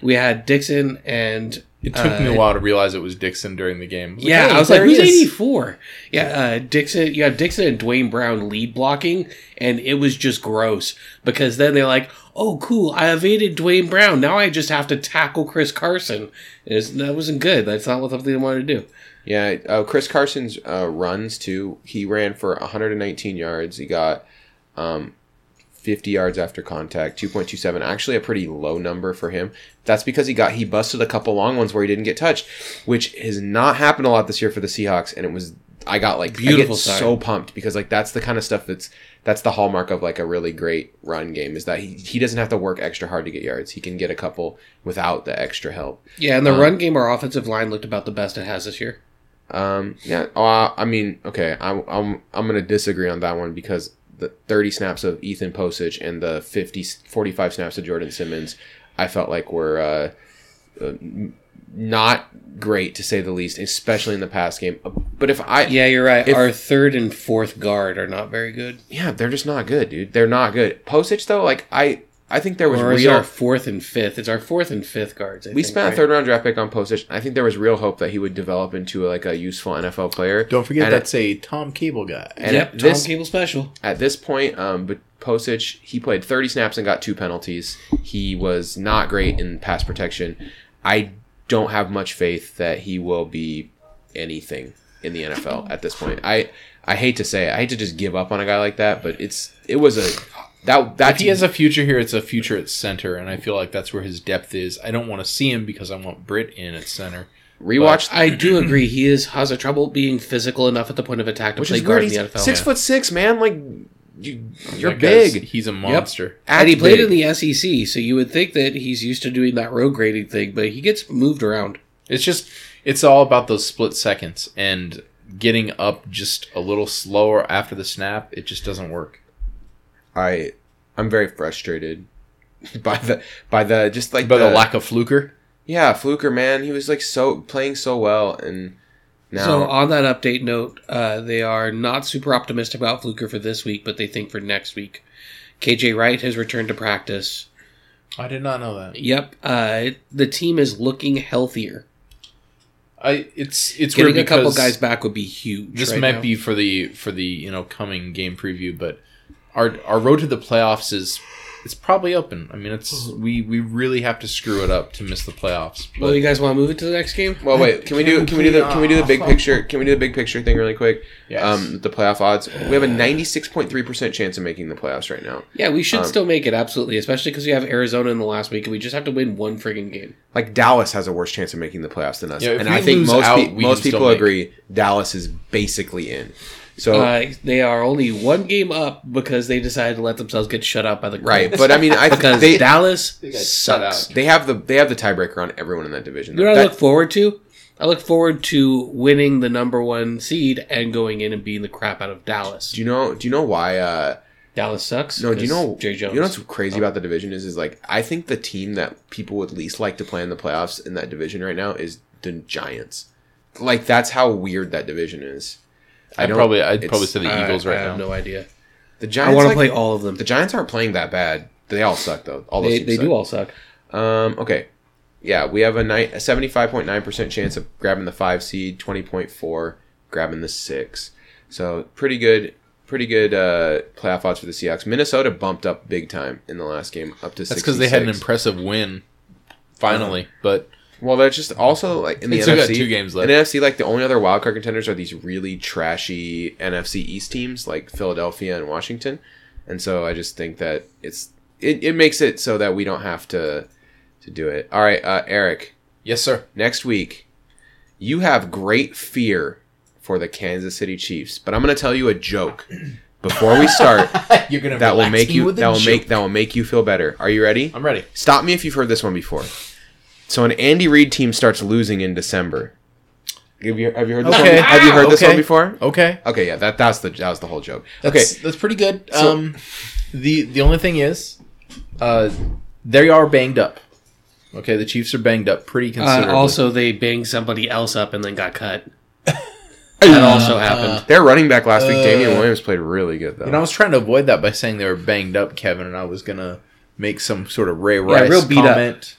S2: we had Dixon and
S3: It took me a while to realize it was Dixon during the game.
S2: yeah,
S3: hey,
S2: I was like,
S3: there
S2: who's
S3: he is."
S2: eighty four? Yeah, uh, Dixon. You have Dixon and Dwayne Brown lead blocking, and it was just gross because then they're like, "Oh, cool, I evaded Dwayne Brown. Now I just have to tackle Chris Carson." It was- that wasn't good. That's not what something they wanted to do.
S1: Yeah, uh, Chris Carson's uh, runs too. He ran for 119 yards. He got um, 50 yards after contact, 2.27. Actually, a pretty low number for him. That's because he got he busted a couple long ones where he didn't get touched, which has not happened a lot this year for the Seahawks. And it was I got like
S2: Beautiful
S1: I get
S2: sign.
S1: so pumped because like that's the kind of stuff that's that's the hallmark of like a really great run game is that he, he doesn't have to work extra hard to get yards. He can get a couple without the extra help.
S2: Yeah, and the
S1: Um,
S2: run game, our offensive line looked about the best it has this year.
S1: Um, yeah, uh, I mean, okay, I, I'm I'm gonna disagree on that one because the 30 snaps of Ethan Posich and the 50 45 snaps of Jordan Simmons, I felt like were uh, uh, n- not great to say the least, especially in the pass game. But if I
S2: Yeah, you're right.
S1: If-
S2: our third and fourth guard are not very good.
S1: yeah, they're just not good, dude. They're not good. Postage though, like I, I think there was
S2: Or is it
S1: real.
S2: our fourth and fifth? It's our fourth and fifth guards. I
S1: we
S2: think,
S1: spent
S2: right?
S1: a third round draft pick on Postage. I think there was real hope that he would develop into like a useful NFL player.
S3: Don't forget
S1: And it-
S3: that's a Tom Cable guy.
S1: And
S2: Yep,
S1: at this
S2: Tom Cable special.
S1: at this point, um, but Postage he played 30 snaps and got two penalties. He was not great in pass protection. I don't have much faith that he will be anything in the NFL at this point. I I hate to say it. I hate to just give up on a guy like that, but it's it was a that that
S3: If he has a future here, it's a future at center, and I feel like that's where his depth is. I don't want to see him because I want Britt in at center.
S1: rewatch
S2: I do agree. He is has a trouble being physical enough at the point of attack to
S1: which
S2: play
S1: is weird.
S2: guard in
S1: He's
S2: the NFL.
S1: six
S2: Yeah.
S1: foot six, man. Like you, you're
S3: That guy's-
S1: big.
S3: He's a monster.
S2: And he
S1: Act
S2: played
S1: big.
S2: in the SEC, so you would think that he's used to doing that road grading thing, but he gets moved around.
S3: It's just it's all about those split seconds and getting up just a little slower after the snap. It just doesn't work.
S1: I, I'm very frustrated by the by the just like
S3: But the lack of fluker.
S1: Yeah, Fluker, man. He was like so playing so well, and now
S2: So uh, on that update note, uh, they are not super optimistic about Fluker for this week, but they think for next week. KJ Wright has returned to practice.
S3: I did not know that.
S2: Yep, uh, the team is looking healthier.
S3: I it's it's
S2: Getting
S3: weird
S2: a couple
S3: because
S2: guys back would be huge.
S3: This
S2: right
S3: might
S2: now.
S3: be for the for the you know coming game preview, but our our road to the playoffs is it's probably open. I mean, it's we we really have to screw it up to miss the playoffs. But
S2: Well, you guys want to move it to the next game?
S1: well, wait. Can we do? Can we do the? Can we do the big picture? Can we do the big picture thing really quick?
S3: Yes.
S1: Um, the playoff odds. We have a ninety-six point three percent chance of making the playoffs right now.
S2: Yeah, we should
S1: Um,
S2: still make it absolutely, especially because we have Arizona in the last week, and we just have to win one friggin' game.
S1: Like Dallas has a worse chance of making the playoffs than us,
S3: Yeah, if
S1: and
S3: we
S1: I think
S3: lose
S1: most
S3: out,
S1: pe-
S3: we
S1: most
S3: can still
S1: people
S3: make it.
S1: agree Dallas is basically in. So
S2: Uh, they are only one game up because they decided to let themselves get shut out by the
S1: right,
S2: Colts.
S1: but I mean, I think
S2: because
S1: they
S2: Dallas
S3: got shut
S2: sucks.
S1: they have the they have the tiebreaker on everyone in that division.
S2: You know what I
S1: That-
S2: look forward to? I look forward to winning the number one seed and going in and beating the crap out of Dallas.
S1: do you know? Do you know why? Uh,
S2: Dallas sucks.
S1: No, do you
S2: 'cause
S1: know?
S2: Jay Jones?
S1: You know what's
S3: Oh.
S1: crazy about the division is, is like I think the team that people would least like to play in the playoffs in that division right now is the Giants. Like that's how weird that division is.
S3: I would probably I'd
S1: it's-
S3: probably say the
S2: I-
S3: Eagles
S2: I
S3: right
S2: have
S3: now.
S2: no idea.
S1: the
S2: I
S1: Giants.
S2: want to
S1: like-
S2: play all of them.
S1: The Giants aren't playing that bad. They all suck though. All those
S2: They,
S1: teams
S2: they
S1: suck.
S2: do all suck.
S1: Um, okay. Yeah, we have a, ni- a 75.9% chance of grabbing the 5 seed, 20.4 grabbing the 6. So, pretty good pretty good uh, playoff odds for the Seahawks. Minnesota bumped up big time in the last game up to
S3: That's because they had an
S1: 66.
S3: impressive win. Finally, but
S1: Well, they're just also like in the
S3: They still got
S1: NFC.
S3: two games
S1: in
S3: left.
S1: NFC, like the only other wildcard contenders are these really trashy NFC East teams like Philadelphia and Washington, and so I just think that it's it, it makes it so that we don't have to to do it. All right, uh, Eric,
S3: yes, sir.
S1: next week you have great fear for the Kansas City Chiefs, but I'm going to tell you a joke before we start
S3: You're gonna
S1: that will make you that will make that will make you feel better. Are you ready?
S3: I'm ready.
S1: Stop me if you've heard this one before. So an Andy Reid team starts losing in December. Have you, have you heard this
S3: Okay.
S1: one? Have you heard this
S3: Okay.
S1: one before?
S3: Okay.
S1: Okay, yeah, that that's the that was the whole joke. okay,
S3: That's, that's pretty good.
S1: So-
S3: um, the the only thing is, uh, they are banged up. Okay, the Chiefs are banged up pretty
S2: Uh,
S3: considerably.
S2: also, they banged somebody else up and then got cut. That also happened.
S1: their running back last week, Damian
S3: Uh,
S1: Williams, played really good though.
S3: and I was trying to avoid that by saying they were banged up, Kevin, and I was gonna make some sort of Ray Rice
S2: real beat up.
S3: comment.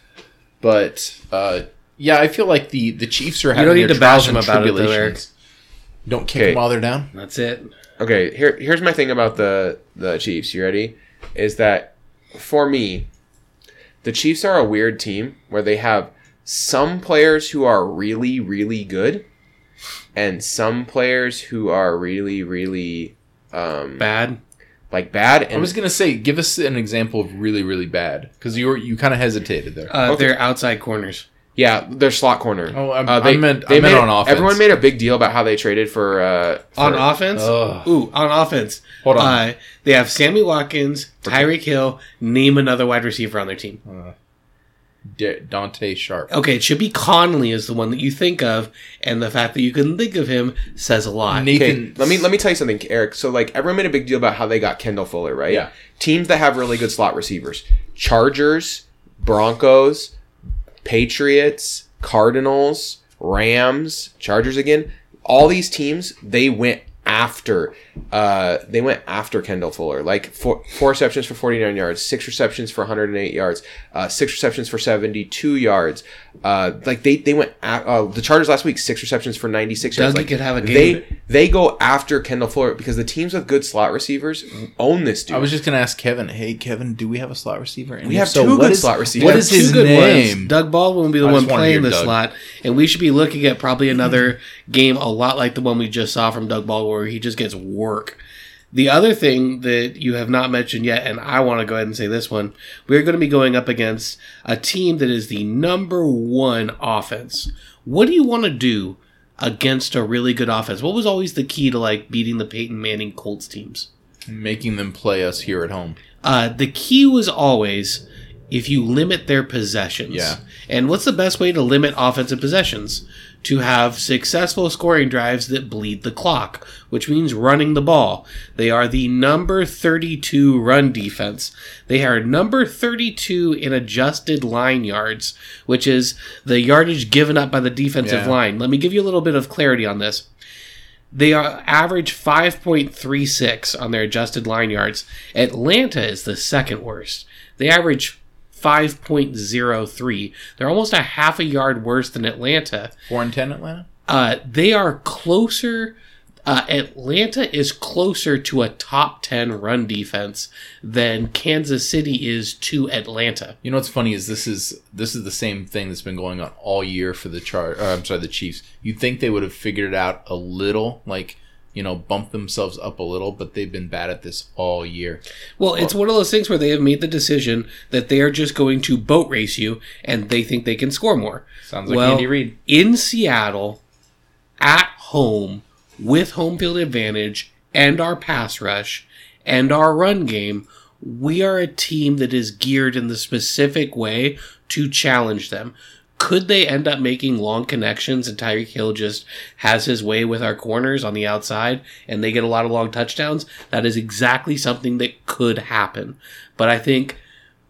S3: But uh, yeah, I feel like the the Chiefs are
S2: You
S3: having
S2: don't need
S3: their
S2: to bash
S3: trials
S2: them
S3: and
S2: about it, though, Eric.
S3: tribulations. Don't kick
S1: Okay.
S3: them while they're down.
S2: That's it.
S1: okay, here here's my thing about the the Chiefs. You ready? Is that for me, the Chiefs are a weird team where they have some players who are really really good, and some players who are really really um,
S2: Bad.
S1: like bad. And
S3: I was gonna say, give us an example of really really bad because you were you kind of hesitated there.
S2: Uh,
S1: Okay.
S2: They're outside corners.
S1: Yeah, their slot corner.
S3: Oh, I-
S1: Uh, they-
S3: I meant
S1: they
S3: I meant
S1: made-
S3: on offense.
S1: Everyone made a big deal about how they traded for, uh, for
S2: on offense,
S3: Ugh.
S2: ooh, on offense.
S3: Hold on.
S2: Uh, they have Sammy Watkins, Tyreek Hill. Name another wide receiver on their team.
S3: Da- Dante Sharp.
S2: Okay, it should be Conley is the one that you think of, and the fact that you can think of him says a lot.
S1: Okay, let me let me tell you something, Eric. So like everyone made a big deal about how they got Kendall Fuller, right?
S3: Yeah.
S1: Teams that have really good slot receivers: Chargers, Broncos, Patriots, Cardinals, Rams, Chargers again. All these teams they went after uh they went after Kendall Fuller like four, four receptions for 49 yards six receptions for 108 yards uh six receptions for 72 yards uh like they they went at, uh, the Chargers last week six receptions for 96 yards
S2: Dougie
S1: like
S2: could have a game.
S1: they they go after Kendall Fuller because the teams with good slot receivers own this dude.
S3: I was just gonna ask Kevin. Hey, Kevin, do we have a slot receiver? And
S1: We
S3: if
S1: have two
S3: what
S1: good
S3: is-
S1: slot receivers.
S3: What
S1: We
S3: is
S2: Two
S3: his
S2: good
S3: name?
S2: ones. Doug Baldwin will be the
S3: I
S2: one
S3: just wanna
S2: playing
S3: hear
S2: this
S3: Doug.
S2: slot, and we should be looking at probably another game a lot like the one we just saw from Doug Baldwin, where he just gets work. The other thing that you have not mentioned yet, and I want to go ahead and say this one, we're going to be going up against a team that is the number one offense. What do you want to do against a really good offense? What was always the key to like beating the Peyton Manning Colts teams?
S3: Making them play us here at home.
S2: Uh, the key was always if you limit their possessions.
S3: Yeah.
S2: And what's the best way to limit offensive possessions? To have successful scoring drives that bleed the clock, which means running the ball. They are the number 32 run defense. They are number 32 in adjusted line yards, which is the yardage given up by the defensive
S3: Yeah.
S2: line. Let me give you a little bit of clarity on this. They are average 5.36 on their adjusted line yards. Atlanta is the second worst. They average 5.03. They're almost a half a yard worse than Atlanta.
S3: Four and ten Atlanta.
S2: Uh, they are closer. Uh, Atlanta is closer to a top 10 run defense than Kansas City is to Atlanta.
S3: You know what's funny is this is this is the same thing that's been going on all year for the char. Or I'm sorry, the Chiefs. You'd think they would have figured it out a little, like you know, bump themselves up a little, but they've been bad at this all year.
S2: Well, it's one of those things where they have made the decision that they are just going to boat race you and they think they can score more.
S3: Sounds like
S2: Well,
S3: Andy Reid.
S2: in Seattle at home with home field advantage and our pass rush and our run game, we are a team that is geared in the specific way to challenge them. Could they end up making long connections and Tyreek Hill just has his way with our corners on the outside and they get a lot of long touchdowns? That is exactly something that could happen. But I think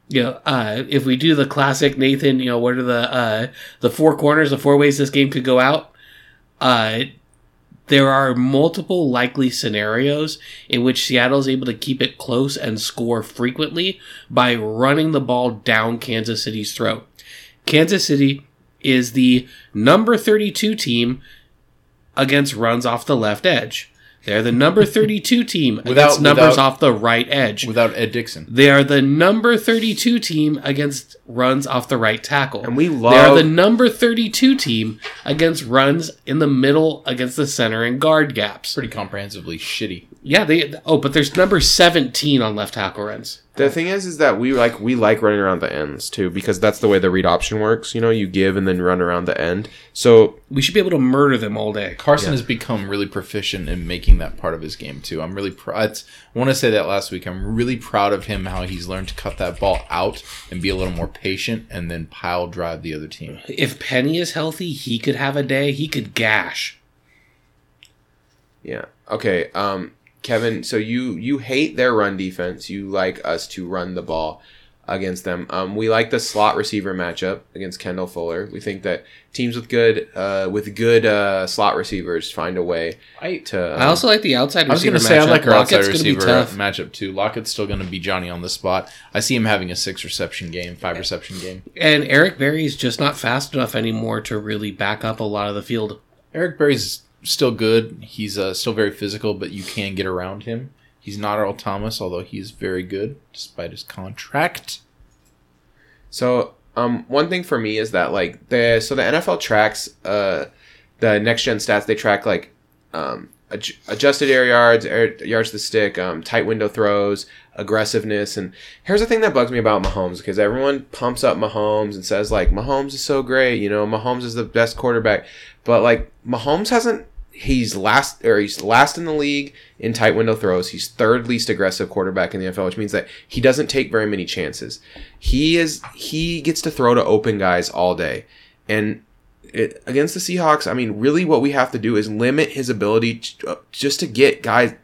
S2: you know, uh, if we do the classic Nathan, you know, what are the uh, the four corners, the four ways this game could go out? Uh, there are multiple likely scenarios in which Seattle is able to keep it close and score frequently by running the ball down Kansas City's throat. Kansas City is the number 32 team against runs off the left edge. They're the number 32 team against
S3: Without-
S2: numbers
S3: without-
S2: off the right edge.
S3: Without Ed Dixon,
S2: They are the number 32 team against runs off the right tackle.
S1: and we
S2: they are
S1: love
S2: the number 32 team against runs in the middle against the center and guard gaps.
S3: pretty comprehensively shitty.
S2: Yeah, they oh, but there's number 17 on left tackle runs.
S1: the thing is is that we like we like running around the ends too because that's the way the read option works. You know, you give and then run around the end. So
S2: We should be able to murder them all day.
S3: Carson has become really proficient in making that part of his game too. I'm really pr- it's, I want to say that last week. I'm really proud of him how he's learned to cut that ball out and be a little more patient and then pile drive the other team.
S2: If Penny is healthy, he could have a day. He could gash.
S1: yeah, okay. Um, Kevin, so you you hate their run defense. You like us to run the ball against them. Um, we like the slot receiver matchup against Kendall Fuller. We think that teams with good uh, with good uh, slot receivers find a way
S3: I
S1: to.
S2: I also like the outside
S3: I was
S2: receiver
S3: going to say I
S2: matchup.
S3: like our outside
S2: Lockett's gonna
S3: receiver
S2: be tough.
S3: matchup too. Lockett's still going to be Johnny on the spot. I see him having a six reception game, five reception game.
S2: And Eric Berry is just not fast enough anymore to really back up a lot of the field.
S3: Eric Berry's still good. He's uh, still very physical, but you can get around him. He's not Earl Thomas, although he is very good despite his contract.
S1: So, um, one thing for me is that like the so the NFL tracks uh the next gen stats they track like um adj- adjusted air yards, air, yards to the stick, um, tight window throws, aggressiveness. And here's the thing that bugs me about Mahomes because everyone pumps up Mahomes and says, like, Mahomes is so great. You know, Mahomes is the best quarterback. But, like, Mahomes hasn't. He's last, or he's last in the league in tight window throws. He's third least aggressive quarterback in the NFL, which means that he doesn't take very many chances. He is he gets to throw to open guys all day, and it, against the Seahawks, I mean, really, what we have to do is limit his ability to, uh, just to get guys.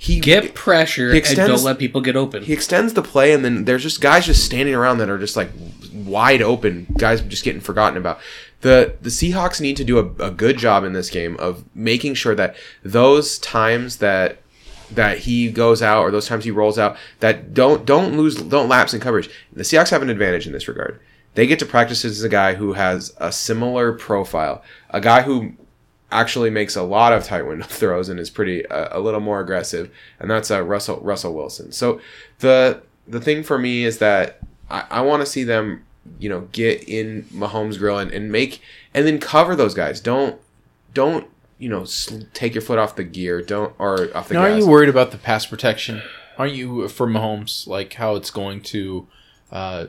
S1: He
S2: Get pressure
S1: He
S2: and
S1: extends-
S2: don't let people get open.
S1: he extends the play, and then there's just guys just standing around that are just like wide open. Guys just getting forgotten about. The the Seahawks need to do a, a good job in this game of making sure that those times that that he goes out or those times he rolls out that don't don't lose don't lapse in coverage. The Seahawks have an advantage in this regard. They get to practice as a guy who has a similar profile, a guy who actually makes a lot of tight window throws and is pretty uh, a little more aggressive, and that's uh, Russell Russell Wilson. So the the thing for me is that I, I want to see them you know get in Mahomes' grill and, and make and then cover those guys. Don't don't you know sl- take your foot off the gear. Don't or off the
S3: Now,
S1: gas.
S3: aren't you worried about the pass protection? Aren't you uh, for Mahomes like how it's going to, uh,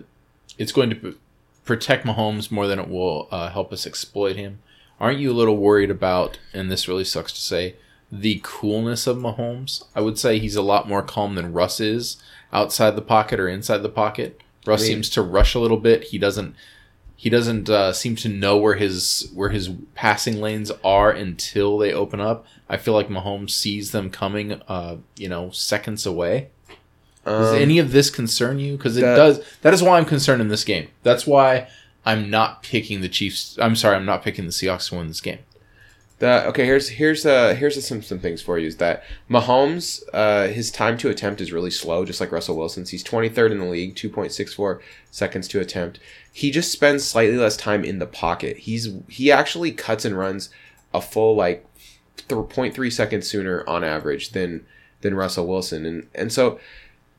S3: it's going to p- protect Mahomes more than it will uh, help us exploit him? Aren't you a little worried about? And this really sucks to say, the coolness of Mahomes. I would say he's a lot more calm than Russ is outside the pocket or inside the pocket. Russ
S1: I mean-
S3: seems to rush a little bit. He doesn't. He doesn't uh, seem to know where his where his passing lanes are until they open up. I feel like Mahomes sees them coming, uh, you know, seconds away. Does
S1: Um,
S3: any of this concern you? Because it
S1: that-
S3: does. That is why I'm concerned in this game. That's why I'm not picking the Chiefs. I'm sorry, I'm not picking the Seahawks to win this game.
S1: The, okay, here's here's uh here's some some things for you. Is that Mahomes? Uh, his time to attempt is really slow, just like Russell Wilson's. He's 23rd in the league, 2.64 seconds to attempt. He just spends slightly less time in the pocket. He's he actually cuts and runs a full like th- 0.3 seconds sooner on average than than Russell Wilson, and and so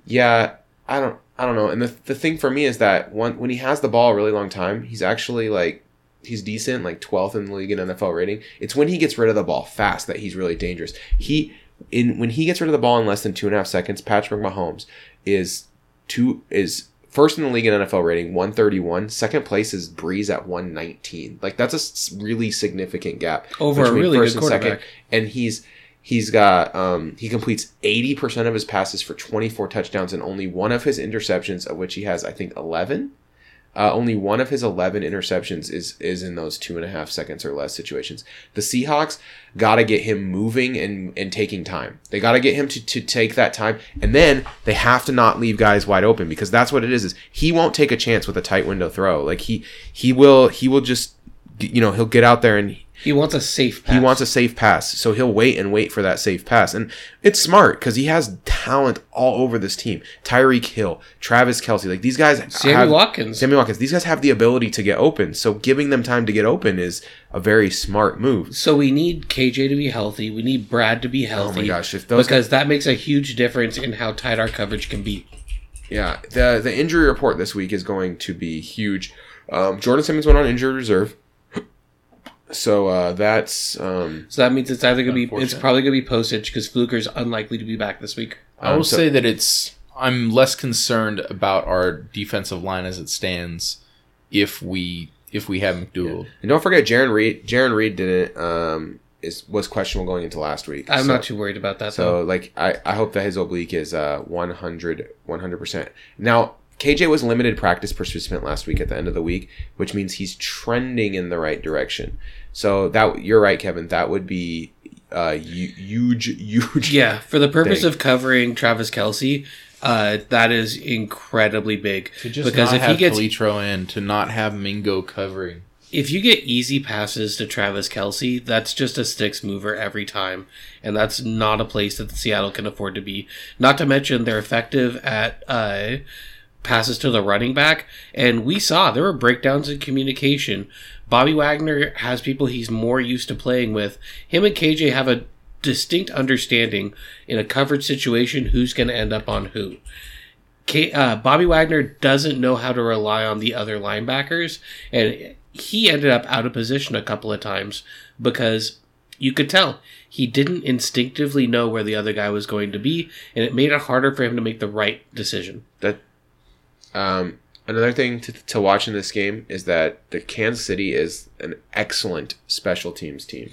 S1: yeah, I don't I don't know. And the the thing for me is that one when he has the ball a really long time, he's actually like he's decent, like 12th in the league in NFL rating. It's when he gets rid of the ball fast that he's really dangerous. He in when he gets rid of the ball in less than two and a half seconds, Patrick Mahomes is two is first in the league in NFL rating, 131. Second place is Breeze at 119. Like that's a s- really significant gap
S2: Over a
S1: between
S2: really
S1: first
S2: good
S1: and second.
S2: quarterback.
S1: and he's he's got um, he completes 80% of his passes for 24 touchdowns and only one of his interceptions of which he has i think 11 uh, only one of his 11 interceptions is is in those two and a half seconds or less situations the seahawks gotta get him moving and and taking time they gotta get him to, to take that time and then they have to not leave guys wide open because that's what it is is he won't take a chance with a tight window throw like he he will he will just you know he'll get out there and
S2: He wants a safe pass.
S1: he wants a safe pass, so he'll wait and wait for that safe pass. And it's smart because he has talent all over this team. Tyreek Hill, Travis Kelsey, like these guys.
S2: Sammy
S1: have,
S2: Watkins.
S1: Sammy Watkins. These guys have the ability to get open, so giving them time to get open is a very smart move.
S2: so we need KJ to be healthy. We need Brad to be healthy.
S1: Oh gosh, if those
S2: because that makes a huge difference in how tight our coverage can be.
S1: Yeah, the the injury report this week is going to be huge. Um, Jordan Simmons went on injured reserve, so uh, that's. Um,
S2: So that means it's either going to be it's
S3: Unfortunate.
S2: probably going to be postage because Fluker's unlikely to be back this week.
S3: I
S1: Um,
S3: will
S1: so-
S3: say that it's. I'm less concerned about our defensive line as it stands if we if we have McDougal.
S1: and don't forget, Jaron Reed. Jaron Reed didn't. Um, is was questionable going into last week.
S2: I'm
S1: so-
S2: not too worried about that
S1: So like I, I hope that his oblique is uh 100 100%. Now KJ was limited practice participant last week at the end of the week, which means he's trending in the right direction. So that you're right Kevin, that would be uh hu- huge huge
S2: though. Yeah, for the purpose
S1: Dang.
S2: of covering Travis Kelsey, uh, that is incredibly big.
S3: To just
S2: because
S3: not
S2: if he
S3: have
S2: gets
S3: Kalitro in, to not have Mingo covering.
S2: if you get easy passes to Travis Kelsey, that's just a sticks mover every time, and that's not a place that Seattle can afford to be. Not to mention they're effective at uh, passes to the running back, and we saw there were breakdowns in communication. Bobby Wagner has people he's more used to playing with. Him and KJ have a distinct understanding in a coverage situation who's going to end up on who. K- uh, Bobby Wagner doesn't know how to rely on the other linebackers, and he ended up out of position a couple of times because you could tell he didn't instinctively know where the other guy was going to be, and it made it harder for him to make the right decision.
S1: Um, another thing to, to watch in this game is that the Kansas City is an excellent special teams team.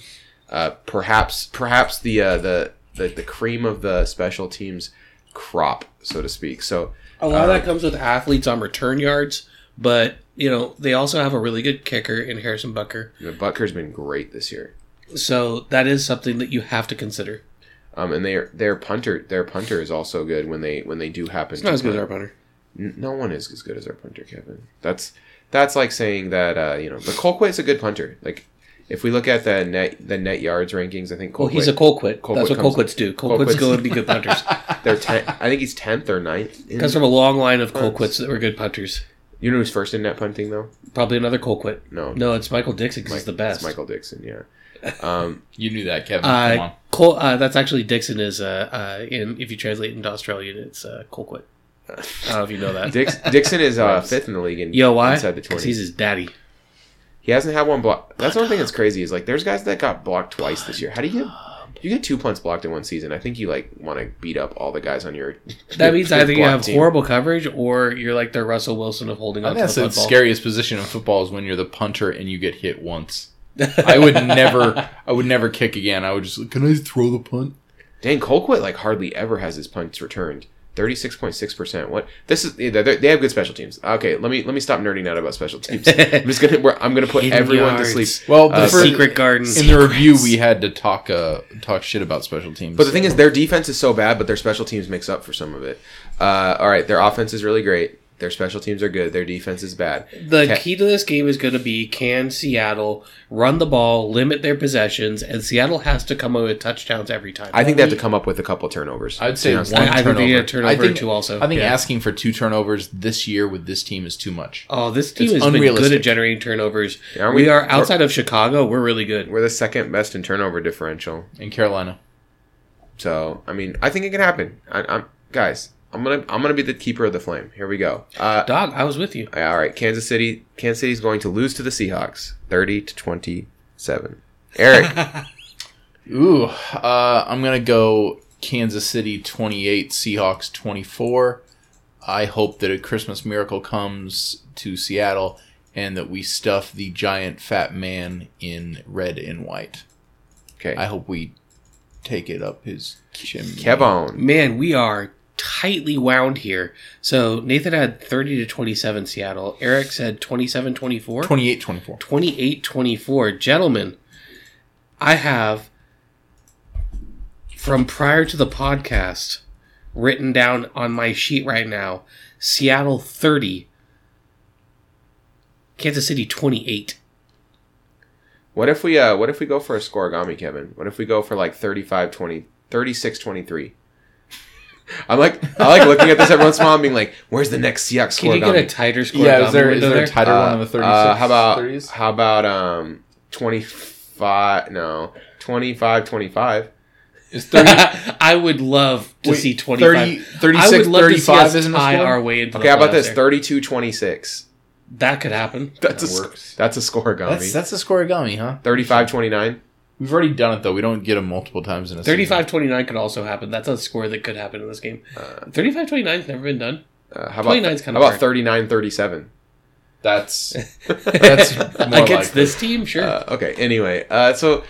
S1: Uh, perhaps, perhaps the, uh, the the the cream of the special teams crop, so to speak. So
S2: A lot of that comes with athletes on return yards, but you know they also have a really good kicker in Harrison Bucker,
S1: you know, Butker's been great this year,
S2: so that is something that you have to consider.
S1: um, and their their punter their punter is also good when they when they do happen.
S2: It's not as good as
S1: punt.
S2: our punter.
S1: N- no one is as good as our punter, Kevin. That's that's like saying that uh, you know, but Colquitt's a good punter. Like if we look at the net the net yards rankings, I think
S2: Well,
S1: Colquitt,
S2: he's a Colquitt.
S1: Colquitt
S2: That's what
S1: comes-
S2: Colquitts do. Colquitts
S1: Colquitts-
S2: go and be good punters.
S1: they're ten, I think he's tenth or 9th. In,
S2: Comes from a long line of Colquitts that were good punters.
S1: you know who's first in net punting though?
S2: Probably another Colquitt.
S1: No,
S2: No, it's Michael Dixon 'cause
S1: Mike-
S2: he's the best.
S1: It's Michael Dixon. Yeah. Um,
S3: You knew that, Kevin. Come
S2: Uh,
S3: on.
S2: Col- uh, that's actually Dixon is uh, uh, in if you translate into Australian, it's uh, Colquitt. I don't know if you know that.
S1: Dix, Dixon is uh,
S3: Gross.
S1: fifth in the league in
S2: Yo, why?
S1: inside the
S2: Because he's
S1: twenty.
S2: his daddy.
S1: He hasn't had one block. That's one thing that's crazy is like there's guys that got blocked twice this year. How do you get
S2: Um,
S1: you get two punts blocked in one season? I think you like want to beat up all the guys on your.
S2: That means
S1: your
S2: either you
S1: block
S2: have
S1: team.
S2: horrible coverage or you're like the Russell Wilson of holding
S3: I
S2: on
S3: think
S2: to the
S3: that's the
S2: football.
S3: scariest position in football is when you're the punter and you get hit once. I would never, I would never kick again. I would just, can I throw the punt?
S1: Dan Colquitt like hardly ever has his punts returned. Thirty six point six percent. What this is? They they have good special teams. Okay, let me let me stop nerding out about special teams. I'm just gonna we're, I'm gonna put
S2: Hidden
S1: everyone
S2: yards.
S1: to sleep.
S3: Well,
S1: Uh,
S2: The
S3: but for-
S2: secret garden.
S3: in the review, we had to talk, uh, talk shit about special teams.
S1: But the thing is, their defense is so bad, but their special teams makes up for some of it. Uh, all right, their offense is really great. Their special teams are good. Their defense is bad.
S2: The
S1: Ca-
S2: key to this game is going to be can Seattle run the ball, limit their possessions, and Seattle has to come away with touchdowns every time.
S1: I think they have to come up with a couple turnovers.
S3: I'd say
S1: to be honest.
S3: one
S2: I- I think
S3: turnover.
S2: they need a turnover
S3: I think,
S2: or two also.
S3: I think
S2: Yeah.
S3: asking for two turnovers this year with this team is too much.
S2: Oh, this team
S3: It's
S2: has been good
S3: unrealistic.
S2: at generating turnovers.
S1: Yeah,
S2: we,
S1: we-
S2: are outside of Chicago. We're really good.
S1: We're the second best in turnover differential.
S3: In Carolina,
S1: So I mean, I think it can happen. I, I'm guys. I'm gonna I'm gonna be the keeper of the flame. Here we go. Uh,
S2: Dog, I was with you.
S1: all right, Kansas City. Kansas City's going to lose to the Seahawks, thirty to twenty-seven. Eric,
S3: ooh, uh, I'm gonna go Kansas City 28, Seahawks 24. I hope that a Christmas miracle comes to Seattle and that we stuff the giant fat man in red and white.
S1: okay,
S3: I hope we take it up his chimney.
S1: Kevon.
S2: Man, we are tightly wound here. So Nathan had 30 to 27 Seattle. Eric said 27 24.
S3: 28 24.
S2: 28 24. Gentlemen, I have from prior to the podcast written down on my sheet right now Seattle 30, Kansas City 28.
S1: What if we uh what if we go for a scoregami, Kevin? What if we go for like 35 20 36 23? I'm like I like looking at this every once in a while and being like, where's the next Seahawks
S2: Can you
S1: scoregami?
S2: get a tighter score?
S3: Yeah, is there,
S2: dominant
S3: is
S2: window
S3: there a
S2: there?
S3: tighter one
S1: Uh,
S3: on the 36?
S1: uh, how about
S3: 30s?
S1: how about um 25 no, 25 25.
S3: Is 30,
S2: I would love to
S3: Wait,
S2: see 25.
S3: 30
S2: I would
S3: 36,
S2: love to see
S3: 35
S2: us
S3: isn't a
S2: tie our
S3: score?
S2: way into
S1: Okay,
S2: the
S1: how about
S2: playoffs
S1: this?
S2: there.
S1: 32 26.
S2: That could happen.
S1: That's
S3: That
S1: a sc-
S3: works.
S1: that's a scoregami.
S3: That's, that's a scoregami, huh?
S1: 35 29.
S3: We've already done it, though. We don't get them multiple times in a
S2: 35 29 could also happen. That's a score that could happen in this game.
S3: Uh,
S2: 35 29 has never been done.
S1: Uh, how
S2: 29's
S1: about how
S2: kinda
S1: about
S2: hard.
S1: 39 37?
S3: season. That's, that's more
S2: Against
S3: likely.
S2: this team, sure.
S1: Uh, okay. Anyway, uh, so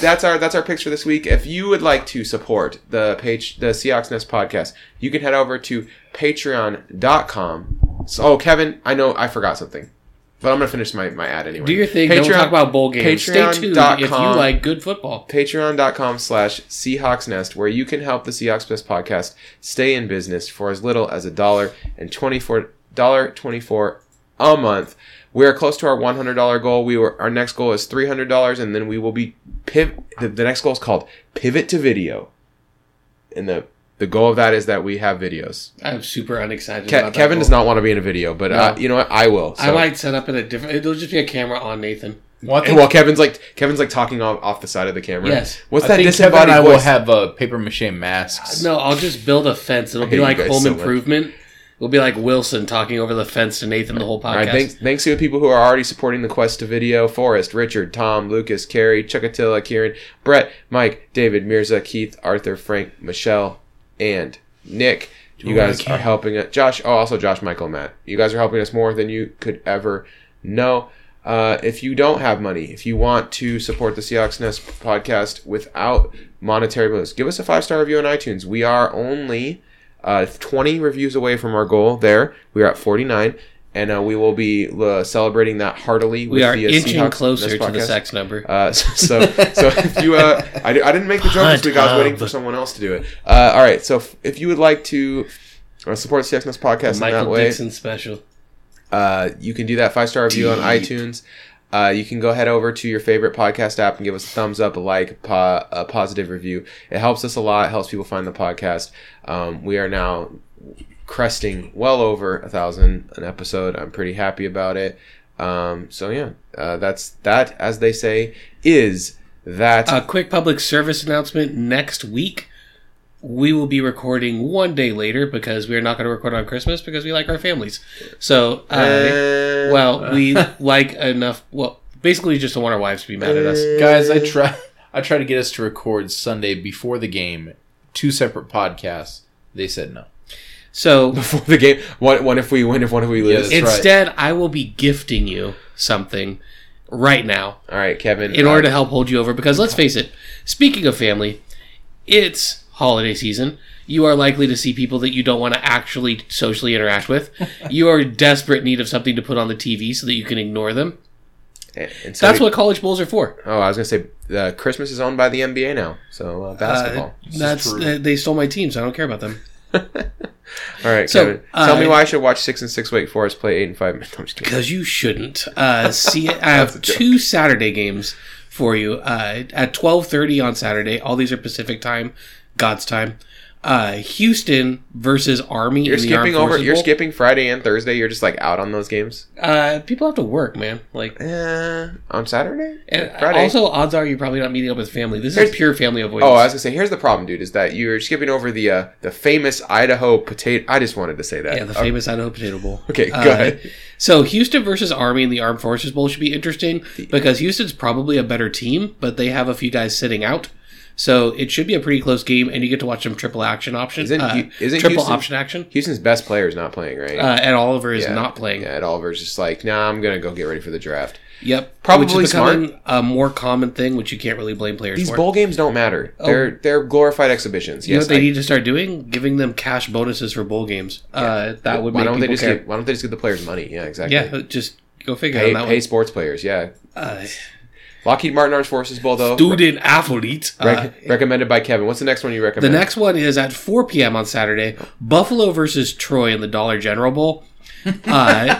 S1: that's our that's our picks for this week. If you would like to support the page the Seahawks Nest podcast, you can head over to Patreon.com. So, oh, Kevin, I know I forgot something, but I'm gonna finish my, my ad anyway.
S2: Do your thing. Don't talk about bowl games. Stay tuned if you
S1: patreon.com
S2: like good football.
S1: patreon.com slash seahawks nest where you can help the seahawks best podcast stay in business for as little as a dollar and 24 dollar 24 a month we are close to our $100 goal we were our next goal is $300 and then we will be piv- the, the next goal is called pivot to video and the the goal of that is that we have videos
S2: I'm super unexcited.
S1: Ke-
S2: about that
S1: kevin
S2: goal.
S1: does not want to be in a video but uh,
S2: No.
S1: you know what i will so.
S2: I might set up in a different. It'll just be a camera on Nathan.
S3: Well, I think,
S1: well kevin's like kevin's like talking off, off the side of the camera
S2: Yes.
S1: what's
S3: I
S1: that
S3: think Kevin
S1: disembodied
S3: and I will
S1: voice
S3: have uh, paper mache masks.
S2: No, I'll just build a fence. It'll
S1: hate
S2: be
S1: you
S2: like
S1: guys
S2: home
S1: so much.
S2: improvement, We'll be like Wilson talking over the fence to Nathan the whole podcast.
S1: All right, thanks, thanks to the people who are already supporting the quest to video. Forrest, Richard, Tom, Lucas, Carrie, Chuckatilla, Kieran, Brett, Mike, David, Mirza, Keith, Arthur, Frank, Michelle, and Nick. you
S3: what I
S1: guys
S3: can.
S1: are helping us. Josh, oh, also Josh, Michael, and Matt. You guys are helping us more than you could ever know. Uh, if you don't have money, if you want to support the Seahawks Nest podcast without monetary bonus, give us a five star review on iTunes. We are only uh, 20 reviews away from our goal there. We are at 49, and uh, we will be uh, celebrating that heartily.
S2: we are
S1: uh,
S2: inching
S1: Seahawks
S2: closer
S1: Nest
S2: to the
S1: podcast.
S2: sex number.
S1: Uh, so, so if you, uh, I, di- I didn't make the joke this
S2: Hunt
S1: week. I was waiting
S2: hub.
S1: for someone else to do it. Uh, all right. So if, if you would like to uh, support CX Nest podcast in that
S2: Michael
S1: way,
S2: Dixon special.
S1: uh, you can do that five star review on
S3: Deep.
S1: iTunes. Uh, you can go head over to your favorite podcast app and give us a thumbs up, a like, po- a positive review. It helps us a lot. It helps people find the podcast. Um, we are now cresting well over a thousand an episode. I'm pretty happy about it. Um, so yeah, uh, that's that. As they say, is that
S2: A Uh, quick public service announcement next week. We will be recording one day later because we are not going to record on Christmas because we like our families. So, uh,
S1: Uh,
S2: well, we like enough. Well, basically, just don't want our wives to be mad at
S1: Uh,
S2: us.
S3: guys i try i try to get us to record sunday before the game two separate podcasts they said no
S2: So,
S1: before the game. One, one if we win, if one if we lose.
S3: Yes. That's right.
S2: instead, I will be gifting you something right now
S1: All right, Kevin.
S2: in
S1: uh,
S2: order to help hold you over. Because let's face it, speaking of family, it's holiday season. You are likely to see people that you don't want to actually socially interact with. you are in desperate need of something to put on the TV so that you can ignore them.
S1: and- uh, and so
S2: That's
S1: we-
S2: what college bowls are for.
S1: Oh, I was gonna say uh, Christmas is owned by the NBA now, so uh, basketball.
S2: Uh, that's
S3: true.
S2: uh, they stole my team, so I don't care about them.
S1: All right,
S2: so,
S1: Kevin, tell
S2: uh,
S1: me why I should watch six and six. Wake Forest play eight and five. No, I'm just kidding.
S2: Because you shouldn't. Uh, see, I have two Saturday games for you uh, at twelve thirty on Saturday. All these are Pacific time, God's time. Uh, Houston versus Army.
S1: You're
S2: in the Armed
S1: skipping over.
S2: Forces
S1: You're
S2: Bowl.
S1: skipping Friday and Thursday. You're just like out on those games.
S2: Uh, people have to work, man. Like,
S1: Uh, on Saturday,
S2: and
S1: Friday.
S2: also, odds are you're probably not meeting up with family. This is
S1: Here's-
S2: pure family avoidance.
S1: oh, I was gonna say. Here's the problem, dude. Is that you're skipping over the uh, the famous Idaho potato? I just wanted to say that. Uh,
S2: yeah, the famous Idaho Potato Bowl.
S1: Okay, go
S2: Uh,
S1: ahead.
S2: So Houston versus Army in the Armed Forces Bowl should be interesting because Houston's probably a better team, but they have a few guys sitting out. So it should be a pretty close game, and you get to watch some triple action option.
S1: Isn't
S2: uh,
S1: Hu- isn't
S2: triple
S1: Houston-
S2: option action?
S1: Houston's best player is not playing, right?
S2: Uh, and Oliver is
S1: Yeah.
S2: not playing.
S1: yeah, and Oliver's just like, nah, I'm gonna go get ready for the draft.
S2: Yep,
S1: Probably
S2: which is becoming a more common thing, which you can't really blame players
S1: These
S2: for.
S1: bowl games don't matter. They're they're glorified exhibitions.
S2: Oh. you know
S1: Yes,
S2: what they
S1: I-
S2: need to start doing? Giving them cash bonuses for bowl games. Uh, that would
S1: why
S2: make
S1: don't
S2: people
S1: they just
S2: care.
S1: give, why don't they just give the players money? Yeah, exactly.
S2: Yeah, just go figure
S1: Pay,
S2: on that
S1: pay
S2: one.
S1: sports players. Yeah,
S2: Uh,
S1: Lockheed Martin Armed Forces Bowl though.
S2: student athlete. Uh,
S1: Rec- recommended by Kevin. What's the next one you
S2: the
S1: recommend?
S2: next one is at 4 p.m. on Saturday. Buffalo versus Troy in the Dollar General Bowl. Uh,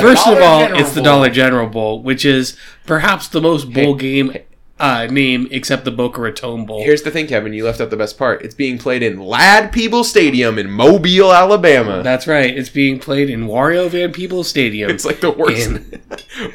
S2: first of
S3: Dollar
S2: all,
S3: General
S2: it's the
S3: Bowl.
S2: Dollar General Bowl, which is perhaps the most bowl game uh, name except the Boca Raton Bowl.
S1: Here's the thing, Kevin. You left out the best part. It's being played in Lad People Stadium in Mobile, Alabama.
S2: That's right. It's being played in Wario Van Peebles Stadium.
S1: it's like the worst.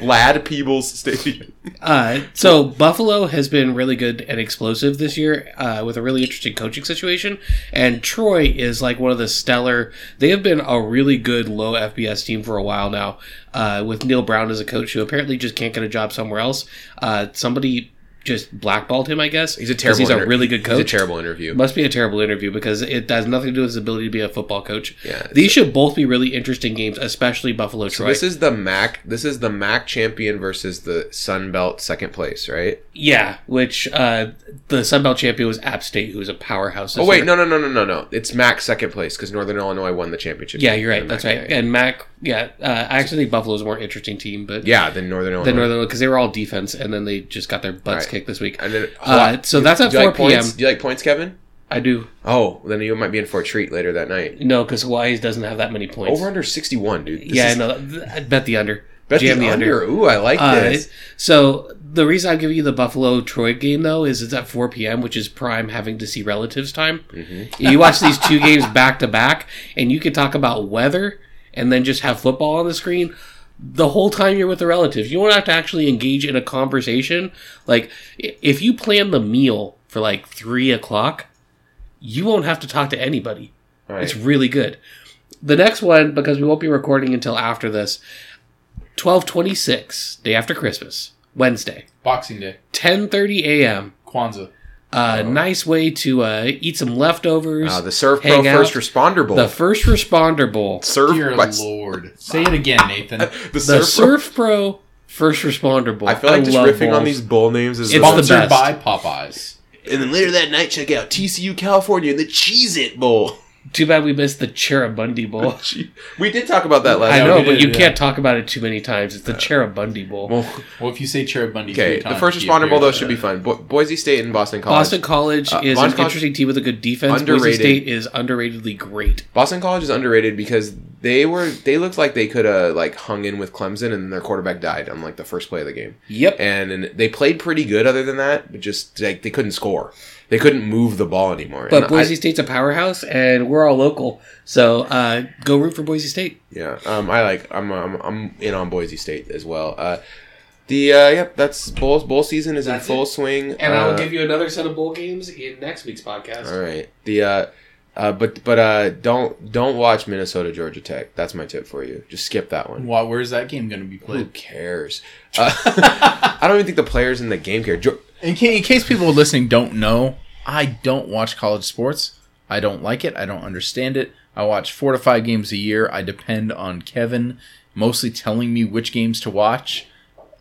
S1: Lad People's Stadium.
S2: Uh, so Buffalo has been really good and explosive this year uh, with a really interesting coaching situation, and Troy is like one of the stellar. They have been a really good low FBS team for a while now, uh, with Neil Brown as a coach who apparently just can't get a job somewhere else. Uh, somebody just blackballed him, I guess.
S1: He's a
S2: 'cause
S1: terrible.
S2: He's a
S1: inter-
S2: really good
S1: he's a
S2: coach.
S1: terrible interview.
S2: Must be a terrible interview because it has nothing to do with his ability to be a football coach.
S1: Yeah, it's-
S2: These should both be really interesting games, especially Buffalo Troy.
S1: This is the MAC. This is the MAC champion versus the Sun Belt second place, right?
S2: Yeah, which uh, the Sun Belt champion was App State, who was a powerhouse. this
S1: Oh wait,
S2: year.
S1: no, no, no, no, no, no. It's MAC second place because Northern Illinois won the championship.
S2: Yeah, you're right.
S1: In the
S2: That's
S1: MAC,
S2: right.
S1: Yeah,
S2: And Mac, yeah, uh, I actually think Buffalo's a more interesting team, but
S1: yeah. then Northern Illinois.
S2: the Northern because they were all defense, and then they just got their butts
S1: Right.
S2: kicked this week.
S1: And then,
S2: Uh, so that's at
S1: do you like
S2: 4 p.m.
S1: points? Do you like points, Kevin?
S2: I do
S1: Oh, then you might be in for a treat later that night.
S2: no, because Hawaii doesn't have that many points.
S1: Over under sixty one, dude. This
S2: yeah,
S1: is-
S2: no, th- I bet the under.
S1: bet the
S2: Jam
S1: under. Ooh, I like
S2: Uh,
S1: this.
S2: so the reason I'm giving you the Buffalo Troy game though is it's at 4 p.m., which is prime having to see relatives time. You watch these two games back to back, and you can talk about weather, and then just have football on the screen the whole time you're with the relatives. You don't have to actually engage in a conversation. Like i- if you plan the meal for like three o'clock, you won't have to talk to anybody.
S1: All right.
S2: It's really good. the next one because we won't be recording until after this. Twelve twenty six, day after Christmas, Wednesday,
S3: Boxing Day,
S2: ten thirty a.m.
S3: Kwanzaa.
S1: Oh.
S2: A nice way to uh, eat some leftovers.
S1: Uh, the Serve Pro
S2: Hang out.
S1: First Responder Bowl.
S2: the first responder bowl.
S1: Serve
S3: Dear
S1: by-
S3: Lord, say it again, Nathan.
S1: the
S2: The
S1: Serve. Pro-
S2: Surf Pro first responder bowl.
S1: I feel like just
S2: love
S1: riffing on
S2: bowls.
S1: these bowl names is
S2: It's
S1: the-
S2: the
S3: Sponsored
S2: best.
S3: by Popeyes.
S1: And then later that night, check out TCU California and the Cheez It Bowl.
S2: Too bad we missed the Cherubundi bowl.
S1: We did talk about that last.
S2: I
S3: we
S2: know,
S3: did,
S2: but you
S3: yeah.
S2: can't talk about it too many times. It's the Cherubundi bowl.
S3: Well, if you say Cherub Bundy,
S1: Okay,
S3: three
S1: the first
S3: times,
S1: responder
S3: you
S1: bowl though
S3: appear-
S1: should be fun. Bo- Boise State and Boston College.
S2: Boston College
S1: Uh,
S2: is
S1: Boston
S2: an
S1: College-
S2: interesting team with a good defense. Boise
S1: Underrated.
S2: State is underratedly great.
S1: Boston College is underrated because they were they looked like they could have like hung in with Clemson and their quarterback died on like the first play of the game.
S2: Yep.
S1: And, and they played pretty good other than that, but just like they couldn't score. They couldn't move the ball anymore.
S2: But
S1: And
S2: Boise
S1: I,
S2: State's a powerhouse, and we're all local, so uh, go root for Boise State.
S1: yeah, um, I like I'm, I'm I'm in on Boise State as well. Uh, the uh, yep, that's bowl bowl season is
S2: That's
S1: in full
S2: it.
S1: swing. uh,
S2: you another set of bowl games in next week's podcast.
S1: All right. The uh, uh, but but uh, don't don't watch Minnesota Georgia Tech. That's my tip for you. Just skip that one.
S3: Why, where's that game going to be
S1: Who
S3: played?
S1: cares? Uh, I don't even think the players in the game care. Geor-
S3: In, ca- in case people listening don't know, I don't watch college sports. I don't like it. I don't understand it. I watch four to five games a year. I depend on Kevin mostly telling me which games to watch.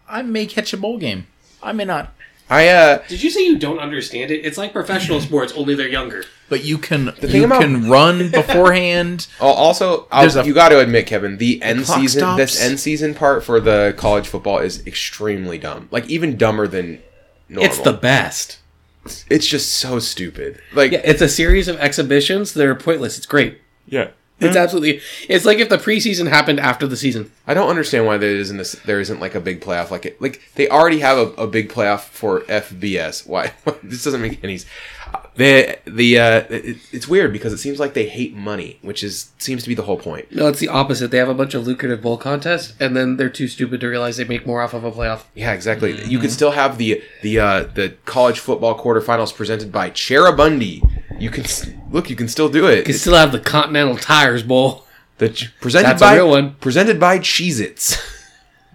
S3: I may catch a bowl game. I may not.
S1: I uh,
S2: Did you say you don't understand it? It's like professional sports, only they're younger.
S3: But you can
S1: thing
S3: you
S1: about-
S3: can run beforehand.
S1: al- also I'll,
S3: There's a-
S1: you got to admit, Kevin, the end
S3: clock
S1: season this
S3: stops.
S1: end season part for the college football is extremely dumb. Like even dumber than normal.
S2: It's the best.
S1: it's just so stupid. Like
S2: Yeah, it's a series of exhibitions that are pointless. It's great.
S1: yeah.
S2: It's absolutely. It's like if the preseason happened after the season.
S1: I don't understand why there isn't this, there isn't like a big playoff like it like they already have a, a big playoff for FBS. Why this doesn't make any s- the the uh, it, it's weird because it seems like they hate money, which is seems to be the whole point.
S2: No, it's the opposite. They have a bunch of lucrative bowl contests, and then they're too stupid to realize they make more off of a playoff.
S1: Yeah, exactly. You
S2: Mm-hmm.
S1: could still have the the uh, the college football quarterfinals presented by Cherubundi. You can s- look, you can still do it.
S2: You still have the Continental Tires Bowl.
S1: The ch- presented
S2: That's a
S1: by
S2: real one.
S1: presented by Cheez-Its.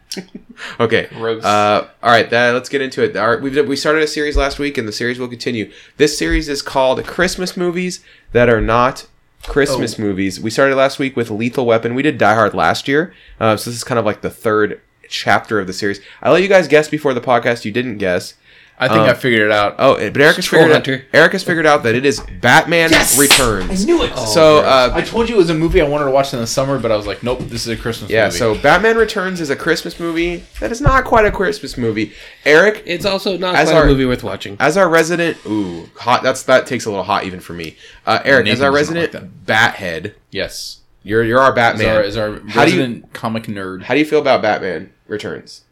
S1: okay.
S3: Gross.
S1: Uh, all right, that, let's get into it. All right, we've, we started a series last week, and the series will continue. This series is called Christmas movies that are not
S2: Oh.
S1: Christmas movies. We started last week with Lethal Weapon. We did Die Hard last year, uh, so this is kind of like the third chapter of the series. I let you guys guess before the podcast. You didn't guess.
S3: I think
S1: Um,
S3: I figured it out.
S1: Oh, and- but Erica's
S2: Troll
S1: figured
S2: Hunter.
S1: out, Erica's figured out that it is Batman Returns.
S3: knew it.
S1: so uh,
S3: Oh, I told you it was a movie I wanted to watch in the summer, but I was like, nope, this is a Christmas
S1: Yeah,
S3: movie.
S1: so Batman Returns is a Christmas movie that is not quite a Christmas movie. Eric,
S2: It's also not
S1: As
S2: quite
S1: are-
S2: a movie worth watching.
S1: as our resident, ooh, hot. That's that takes a little hot even for me. Uh, Eric, as
S3: Nathan
S1: our
S3: doesn't
S1: resident Bathead,
S3: yes,
S1: you're you're our
S3: as
S1: Batman.
S3: our, as our
S1: how do you
S3: resident comic nerd.
S1: how do you feel about Batman Returns?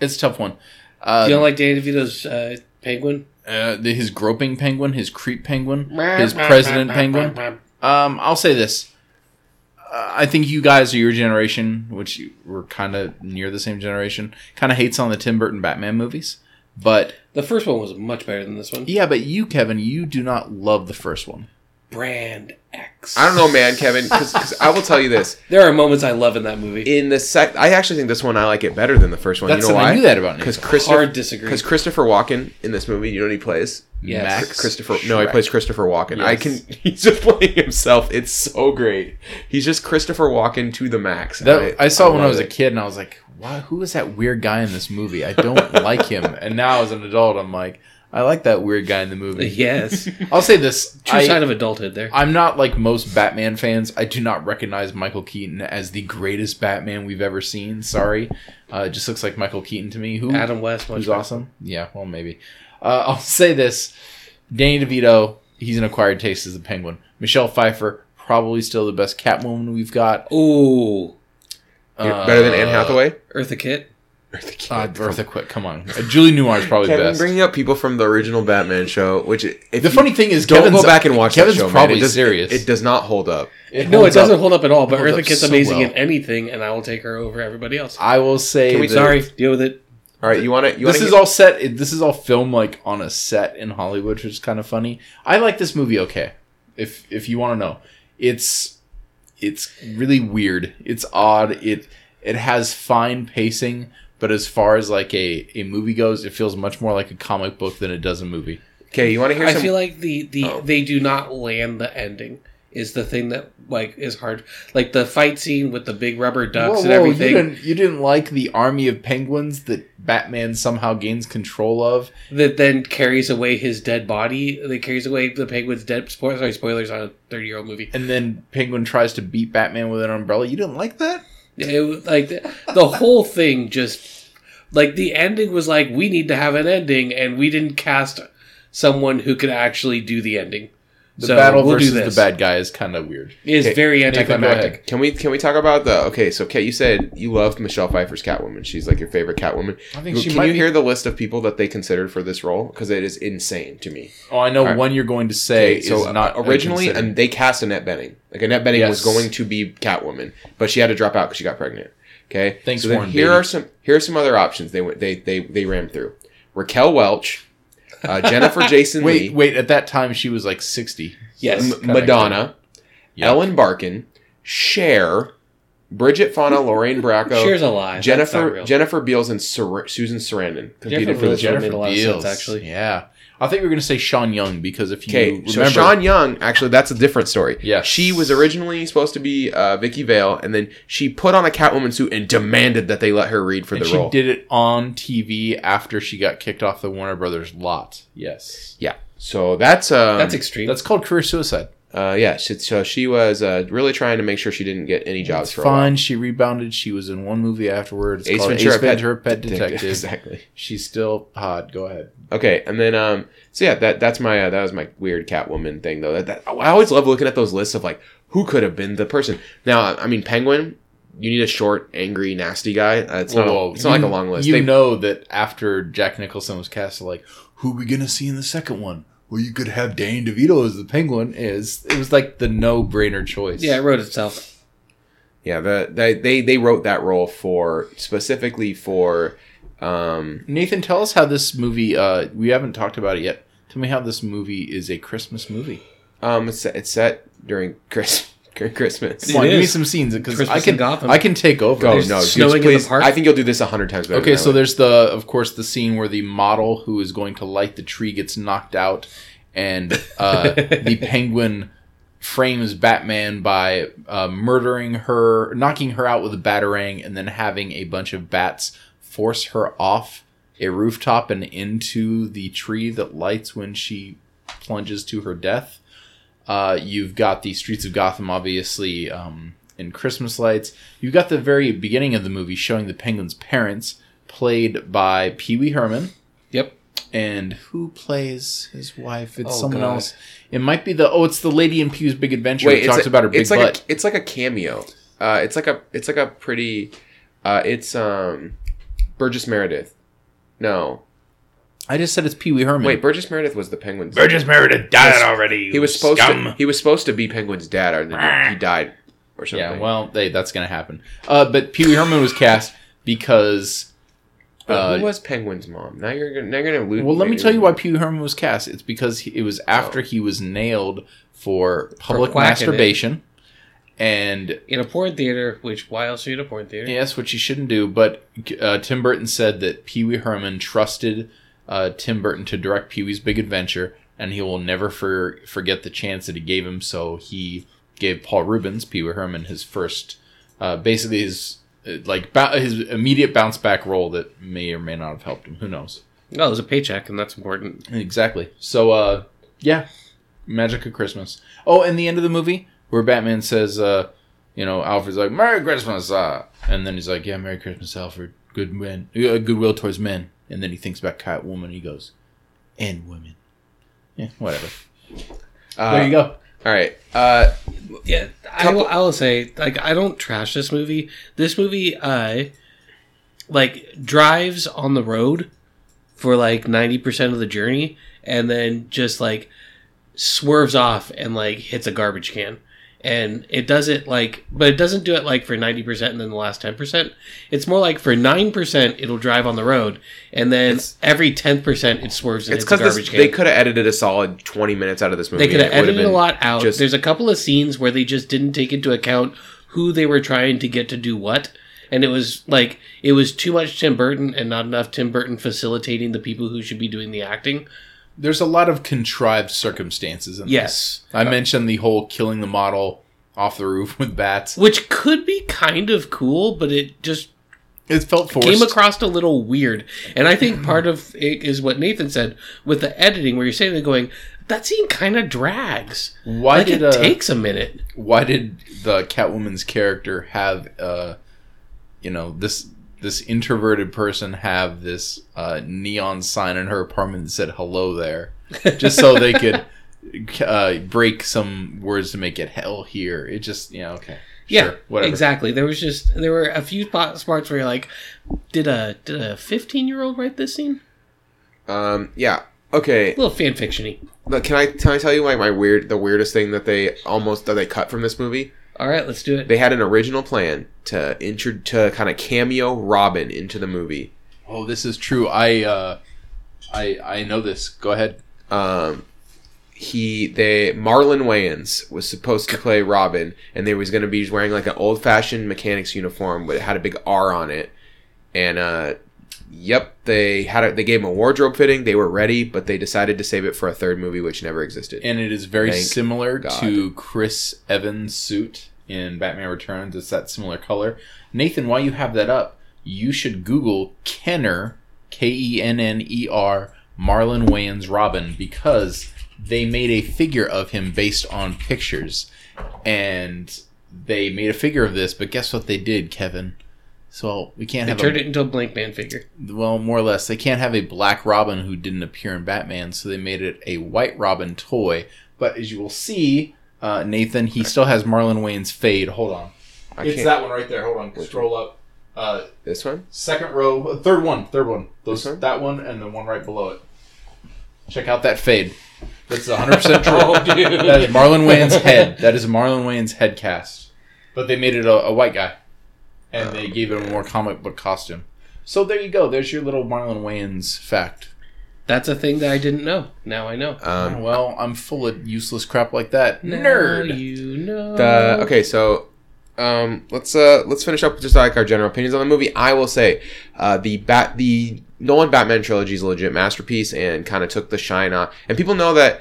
S3: It's a tough one. Uh,
S2: you don't like Danny DeVito's uh, penguin?
S3: uh, the- his groping penguin, his creep penguin, his president penguin. Um, I'll say this: uh, I think you guys are your generation, which you were kind of near the same generation, kind of hates on the Tim Burton Batman movies. But
S2: The first one was much better than this one.
S3: yeah, but you, Kevin, you do not love the first one.
S2: Brand X.
S1: I don't know, man, Kevin, because I will tell you this.
S2: There are moments I love in that movie.
S1: In the sec, I actually think this one I like it better than the first one.
S3: That's
S1: you know
S3: I
S1: why?
S3: knew that about
S1: Because
S3: Nathan.
S1: Christopher
S2: Hard disagree.
S1: because Christopher Walken in this movie, you know what he plays?
S2: Yes.
S3: Max
S1: Christopher. No, he
S3: Schreck.
S1: plays Christopher Walken. I
S3: Yes.
S1: can. He's just playing himself. It's so Oh, great. He's just Christopher Walken to the max.
S3: That, I, saw it when I
S1: love
S3: was a
S1: it.
S3: kid, and I was like, "Why? Who is that weird guy in this movie? I don't like him." And now, as an adult, I'm like, "I like that weird guy in the movie."
S2: yes. True
S3: I'll say this: I,
S2: side of adulthood there.
S3: I'm not like most Batman fans. I do not recognize Michael Keaton as the greatest Batman we've ever seen. Sorry, uh, it just looks like Michael Keaton to me. Who
S2: Adam West much
S3: who's
S2: better.
S3: awesome? Yeah, well, maybe. Uh, I'll say this: Danny DeVito, he's an acquired taste as the Penguin. Michelle Pfeiffer, probably still the best Catwoman we've got.
S2: Ooh.
S1: You're better than Anne Hathaway.
S2: Eartha Kitt.
S3: Uh, Bertha, quick, come on. Uh, Julie Newmar is probably
S1: Kevin
S3: best.
S1: bringing up people from the original Batman show, which if
S3: the
S1: you
S3: funny thing is,
S1: don't go
S3: Kevin's,
S1: back and watch
S3: Kevin's
S1: that show.
S3: probably
S1: man. It does-
S3: serious.
S1: It, does not hold up.
S2: No, it
S3: holds up.
S2: doesn't hold up at all, but
S3: holds up
S2: Eartha Kitt's
S3: so
S2: amazing
S3: well.
S2: in anything, and I will take her over everybody else.
S3: I will say.
S1: Can we
S3: that-
S2: Sorry, deal with it.
S1: All right, you want to? You want
S3: this
S1: to?
S3: is all set. it- This is all film like on a set in Hollywood, which is kind of funny. I like this movie. Okay, if if you want to know, It's it's really weird. It's odd. It it has fine pacing, but as far as like a, a movie goes, it feels much more like a comic book than it does a movie.
S1: Okay, you want to hear
S2: I
S1: some?
S2: feel like the the
S1: Oh.
S2: they do not land the ending is the thing that like is hard. Like the fight scene with the big rubber ducks and everything.
S3: You didn't, you didn't like the army of penguins that Batman somehow gains control of.
S2: that then carries away his dead body. That carries away the penguin's dead. Spoil, sorry, spoilers on a thirty-year-old movie.
S3: and then Penguin tries to beat Batman with an umbrella. You didn't like that?
S2: It, was like the, the whole thing just like the ending was like we need to have an ending, and we didn't cast someone who could actually do the ending.
S3: The battle versus
S2: do
S3: the
S2: this.
S3: bad guy is kind of weird.
S2: is
S1: Okay,
S2: very
S3: Nathan, go
S2: anticlimactic.
S3: ahead.
S1: Can we can we talk about the okay? So Kate, you said you loved Michelle Pfeiffer's Catwoman. She's like your favorite Catwoman.
S3: I think she
S1: Can
S3: might
S1: you
S3: be-
S1: hear the list of people that they considered for this role? Because it is insane to me.
S3: Oh, I know
S1: Alright.
S3: one you're going to say
S1: so
S3: is not
S1: originally,
S3: considered.
S1: and they cast Annette Benning. Like Annette Benning was
S3: Yes.
S1: going to be Catwoman, but she had to drop out because she got pregnant. Okay,
S3: Thanks,
S1: So then
S3: Warren
S1: here
S3: Beatty.
S1: are some here are some other options they went they they they rammed through. Raquel Welch, uh, Jennifer Jason
S3: wait,
S1: Leigh,
S3: wait. At that time, she was like sixty.
S2: Yes,
S1: M- Madonna,
S3: Yeah.
S1: Ellen Barkin, Cher, Bridget Fonda, Lorraine Bracco,
S2: She's a lie. That's not
S1: Jennifer
S2: real.
S1: Jennifer Beals and Sar- Susan Sarandon competed
S2: Jennifer
S1: for this.
S2: Beals
S1: role.
S2: made a lot of sense, actually.
S3: Yeah, I think we were going to say Sean Young because if you
S1: Okay,
S3: remember,
S1: so Sean Young, actually, that's a different story.
S3: Yes.
S1: she was originally supposed to be uh, Vicky Vale, and then she put on a Catwoman suit and demanded that they let her read for
S3: and
S1: the
S3: she
S1: role.
S3: did it on TV after she got kicked off the Warner Brothers lot. Yes,
S1: Yeah, so that's um,
S2: That's extreme.
S3: that's called career suicide.
S1: uh, yeah. she- so she was uh, really trying to make sure she didn't get any jobs
S3: It's
S1: for a while.
S3: fine. She rebounded. She was in one movie afterwards. It's
S1: Ace
S3: called
S1: Ventura,
S3: Ace Ventura, Pet, Detective.
S1: exactly.
S3: She's still hot. Go ahead.
S1: Okay, and then um, so yeah, that that's my uh, that was my weird Catwoman thing though. That, that I always love looking at those lists of like who could have been the person. Now, I mean, Penguin, you need a short, angry, nasty guy. Uh, it's not a,
S3: Well,
S1: it's not
S3: you-
S1: like a long list.
S3: You
S1: They-
S3: know that after Jack Nicholson was cast, like who we gonna see in the second one? Well, you could have Dane DeVito as the Penguin. Is it was like the no brainer choice.
S2: yeah, it wrote itself.
S1: yeah, the, they they they wrote that role for specifically for um
S3: Nathan, tell us how this movie. Uh, we haven't talked about it yet. Tell me how this movie is a Christmas movie.
S1: um it's, set- it's set during Chris, Christmas.
S2: It
S3: Come on, give me
S2: is.
S3: some scenes because
S2: Christmas
S3: I
S2: in
S3: can
S2: Gotham.
S3: I can take over.
S1: Go
S2: There's
S1: Oh, no,
S2: snowing
S1: dudes,
S2: in the
S1: please.
S2: park?
S1: I think you'll do this a hundred times better.
S3: Okay,
S1: than I
S3: so
S1: would.
S3: there's the of course the scene where the model who is going to light the tree gets knocked out, and uh, the penguin frames Batman by uh, murdering her, knocking her out with a batarang, and then having a bunch of bats force her off a rooftop and into the tree that lights when she plunges to her death. Uh, you've got the streets of Gotham, obviously, um, and Christmas lights. You've got the very beginning of the movie showing the Penguin's parents, played by Pee Wee Herman.
S2: Yep.
S3: And who plays his wife? It's
S2: Oh,
S3: someone
S2: God.
S3: else. It might be the oh, it's the lady in Pew's Big Adventure.
S1: Wait,
S3: it talks
S1: a-
S3: about her big
S1: it's like
S3: butt.
S1: A, it's like a cameo. Uh, it's like a it's like a pretty. Uh, it's um, Burgess Meredith. No,
S3: I just said it's Pee Wee Herman.
S1: wait, Burgess Meredith was the Penguin's.
S4: Burgess Meredith died already.
S1: he was supposed
S4: scum.
S1: to he was supposed to be Penguin's dad, and then he died or something.
S3: yeah, well, hey, that's gonna happen. Uh, but Pee Wee Herman was cast because.
S1: But
S3: Uh,
S1: who was Penguin's mom? Now you're gonna, now you're gonna lose.
S3: well, let me tell you why Pee Wee Herman was cast. It's because he, it was after he was nailed for public
S2: whacking it.
S3: masturbation, and
S2: In a porn theater, which why else are you in a porn theater?
S3: Yes, which you shouldn't do. But uh, Tim Burton said that Pee Wee Herman trusted uh, Tim Burton to direct Pee Wee's Big Adventure, and he will never for- forget the chance that he gave him. So he gave Paul Rubens, Pee Wee Herman, his first, uh, basically his uh, like bou- his immediate bounce back role that may or may not have helped him. Who knows?
S2: No, it was Oh, a paycheck, and that's important.
S3: Exactly. So, uh, yeah, Magic of Christmas. Oh, and the end of the movie where Batman says, uh, you know, Alfred's like, "Merry Christmas," uh, and then he's like, "Yeah, Merry Christmas, Alfred. Good men, uh, goodwill towards men." And then he thinks about Catwoman. And he goes, "And women." Yeah, whatever.
S1: Uh,
S3: there you go.
S1: All right. Uh,
S2: Yeah, I will, I will say, like, I don't trash this movie. This movie, uh, like, drives on the road for like ninety percent of the journey, and then just like swerves off and like hits a garbage can. and it does it like, but it doesn't do it like for ninety percent and then the last ten percent. It's more like for nine percent, it'll drive on the road, and then every ten percent, it swerves and
S1: It's
S2: hits a
S1: because
S2: garbage can.
S1: they could have edited a solid 20 minutes out of this movie.
S2: They could have
S1: and it would've
S2: edited a
S1: been
S2: lot out.
S1: just-
S2: There's a couple of scenes where they just didn't take into account who they were trying to get to do what. And it was like it was too much Tim Burton and not enough Tim Burton facilitating the people who should be doing the acting.
S3: There's a lot of contrived circumstances in
S2: Yes.
S3: this. I mentioned the whole killing the model off the roof with bats.
S2: Which could be kind of cool, but it just
S3: It felt forced.
S2: came across a little weird. And I think part of it is what Nathan said with the editing where you're sitting there going, that scene kind of drags.
S3: why
S2: like
S3: did
S2: it
S3: uh,
S2: takes a minute.
S3: why did the Catwoman's character have uh you know this this introverted person have this uh, neon sign in her apartment that said hello there just so they could uh, break some words to make it hell here it just yeah okay
S2: Yeah,
S3: Sure, whatever.
S2: exactly. There was just there were a few po- spots where you're like, did a did a 15 year old write this scene?
S1: Um, yeah. Okay.
S2: A little fan fictiony.
S1: Look, Can I, can I tell you like my weird, the weirdest thing that they almost that they cut from this movie?
S2: All right, let's do it.
S1: They had an original plan to intro to kind of cameo Robin into the movie.
S3: oh this is true i uh i i know this go ahead
S1: um, he they Marlon Wayans was supposed to play Robin, and they was going to be wearing like an old fashioned mechanics uniform, but it had a big R on it. And uh, yep, they had a, they gave him a wardrobe fitting. They were ready, but they decided to save it for a third movie, which never existed.
S3: and it is very
S1: Thank
S3: similar
S1: God.
S3: to Chris Evans' suit in Batman Returns. It's that similar color. Nathan, while you have that up, you should Google Kenner, K E N N E R, Marlon Wayans Robin, because they made a figure of him based on pictures. And they made a figure of this, but guess what they did, Kevin? So we can't
S2: They
S3: have
S2: turned
S3: a,
S2: it into a blank man figure.
S3: well, more or less, they can't have a black Robin who didn't appear in Batman, so they made it a white Robin toy. But as you will see, uh, Nathan, he still has Marlon Wayne's fade. Hold on,
S1: I
S3: it's
S1: can't,
S3: that one right there. Hold on, scroll up. Uh,
S1: this one.
S3: second row, uh, third one, third one. Those
S1: This one?
S3: that one and the one right below it. Check out that fade. That's 100 percent true. That is Marlon Wayne's head. That is Marlon Wayne's head cast. But they made it a, a white guy, and they gave it a more comic book costume. So there you go. There's your little Marlon Wayans fact.
S2: That's a thing that I didn't know. Now I know.
S1: Um,
S3: well, I'm full of useless crap like that.
S2: Now
S3: Nerd.
S2: you know.
S1: the okay so um let's uh let's finish up with just like our general opinions on the movie i will say uh the bat the nolan batman trilogy is a legit masterpiece and kind of took the shine off and people know that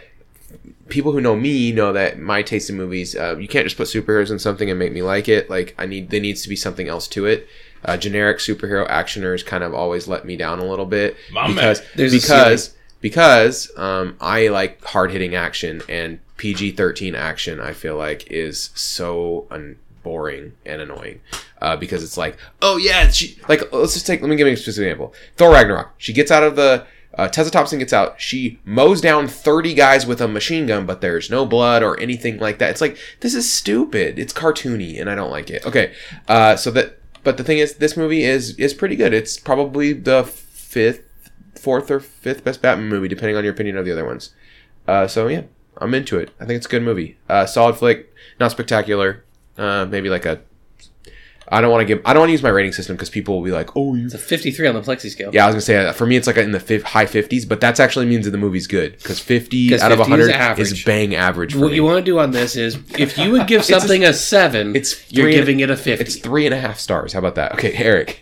S1: people who know me know that my taste in movies uh, you can't just put superheroes in something and make me like it like i need there needs to be something else to it uh, generic superhero actioners kind of always let me down a little bit
S4: My man.
S1: because
S2: There's a
S1: because because um, I like hard hitting action and PG thirteen action. I feel like is so un- boring and annoying uh, because it's like oh yeah she like let's just take let me give you a specific example. Thor Ragnarok. She gets out of the. Uh, Tessa Thompson gets out. She mows down 30 guys with a machine gun, but there's no blood or anything like that. It's like, this is stupid. It's cartoony, and I don't like it. Okay. Uh, so that, but the thing is, this movie is is pretty good. It's probably the fifth fourth or fifth best Batman movie, depending on your opinion of the other ones. Uh, so yeah, I'm into it. I think it's a good movie. Uh, solid flick, not spectacular. Uh, maybe like a. I don't want to give. I don't want to use my rating system because people will be like, "Oh, you."
S2: It's a 53 on the plexi scale.
S1: Yeah, I was gonna say uh, for me it's like in the fif- high fifties, but that actually means that the movie's good because fifty
S2: 'Cause
S1: out of
S2: 50 is
S1: hundred
S2: average.
S1: is bang average. For
S2: What
S1: me.
S2: you want to do on this is if you would give
S1: a-
S2: something a, seven,
S1: it's
S2: you're
S1: three-
S2: giving it a 50.
S1: It's three and a half stars. How about that? Okay, Eric.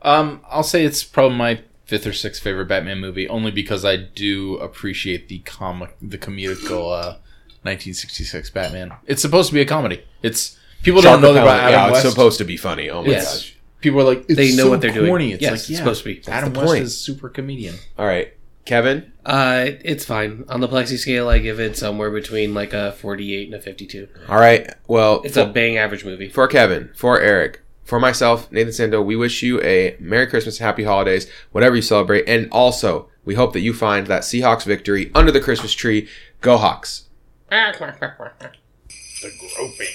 S3: Um, I'll say it's probably my fifth or sixth favorite Batman movie, only because I do appreciate the comic, the comedical uh, 1966 Batman. It's supposed to be a comedy. It's people
S1: Shark
S3: don't know that about
S1: Repellent.
S3: Adam
S1: yeah,
S3: West.
S1: it's supposed to be funny. Oh my
S2: Yeah.
S1: gosh.
S3: It's- People are like, it's
S2: They know
S3: so
S2: what they're doing.
S3: corny. It's
S2: Yes,
S3: like,
S2: it's
S3: yeah,
S2: supposed to be. That's
S3: Adam
S1: the
S3: West
S1: point.
S3: is super comedian.
S1: All right, Kevin.
S2: Uh, it's fine. On the plexi scale, I give it somewhere between like a 48 and a 52.
S1: All right. Well,
S2: It's a bang average movie.
S1: for Kevin, for Eric, for myself, Nathan Sando, we wish you a Merry Christmas, Happy Holidays, whatever you celebrate. And also, we hope that you find that Seahawks victory under the Christmas tree. Go Hawks.
S2: Ah,
S4: The groping.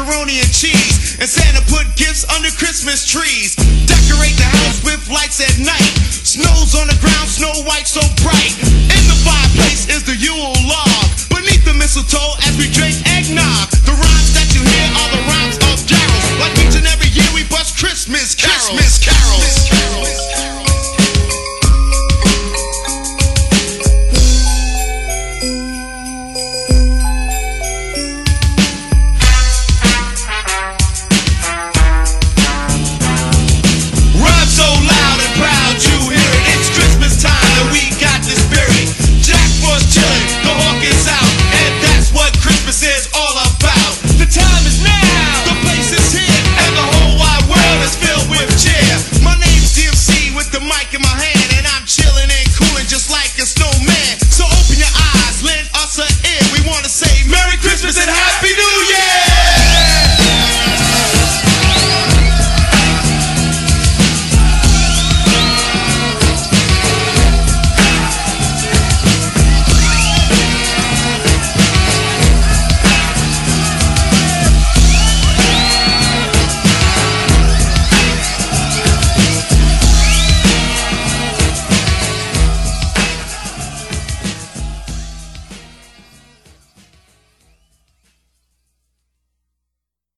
S5: And Santa put gifts under Christmas trees. Decorate the house with lights at night. Snow's on the ground, snow white so bright. In the fireplace is the Yule log. Beneath the mistletoe as we drink eggnog.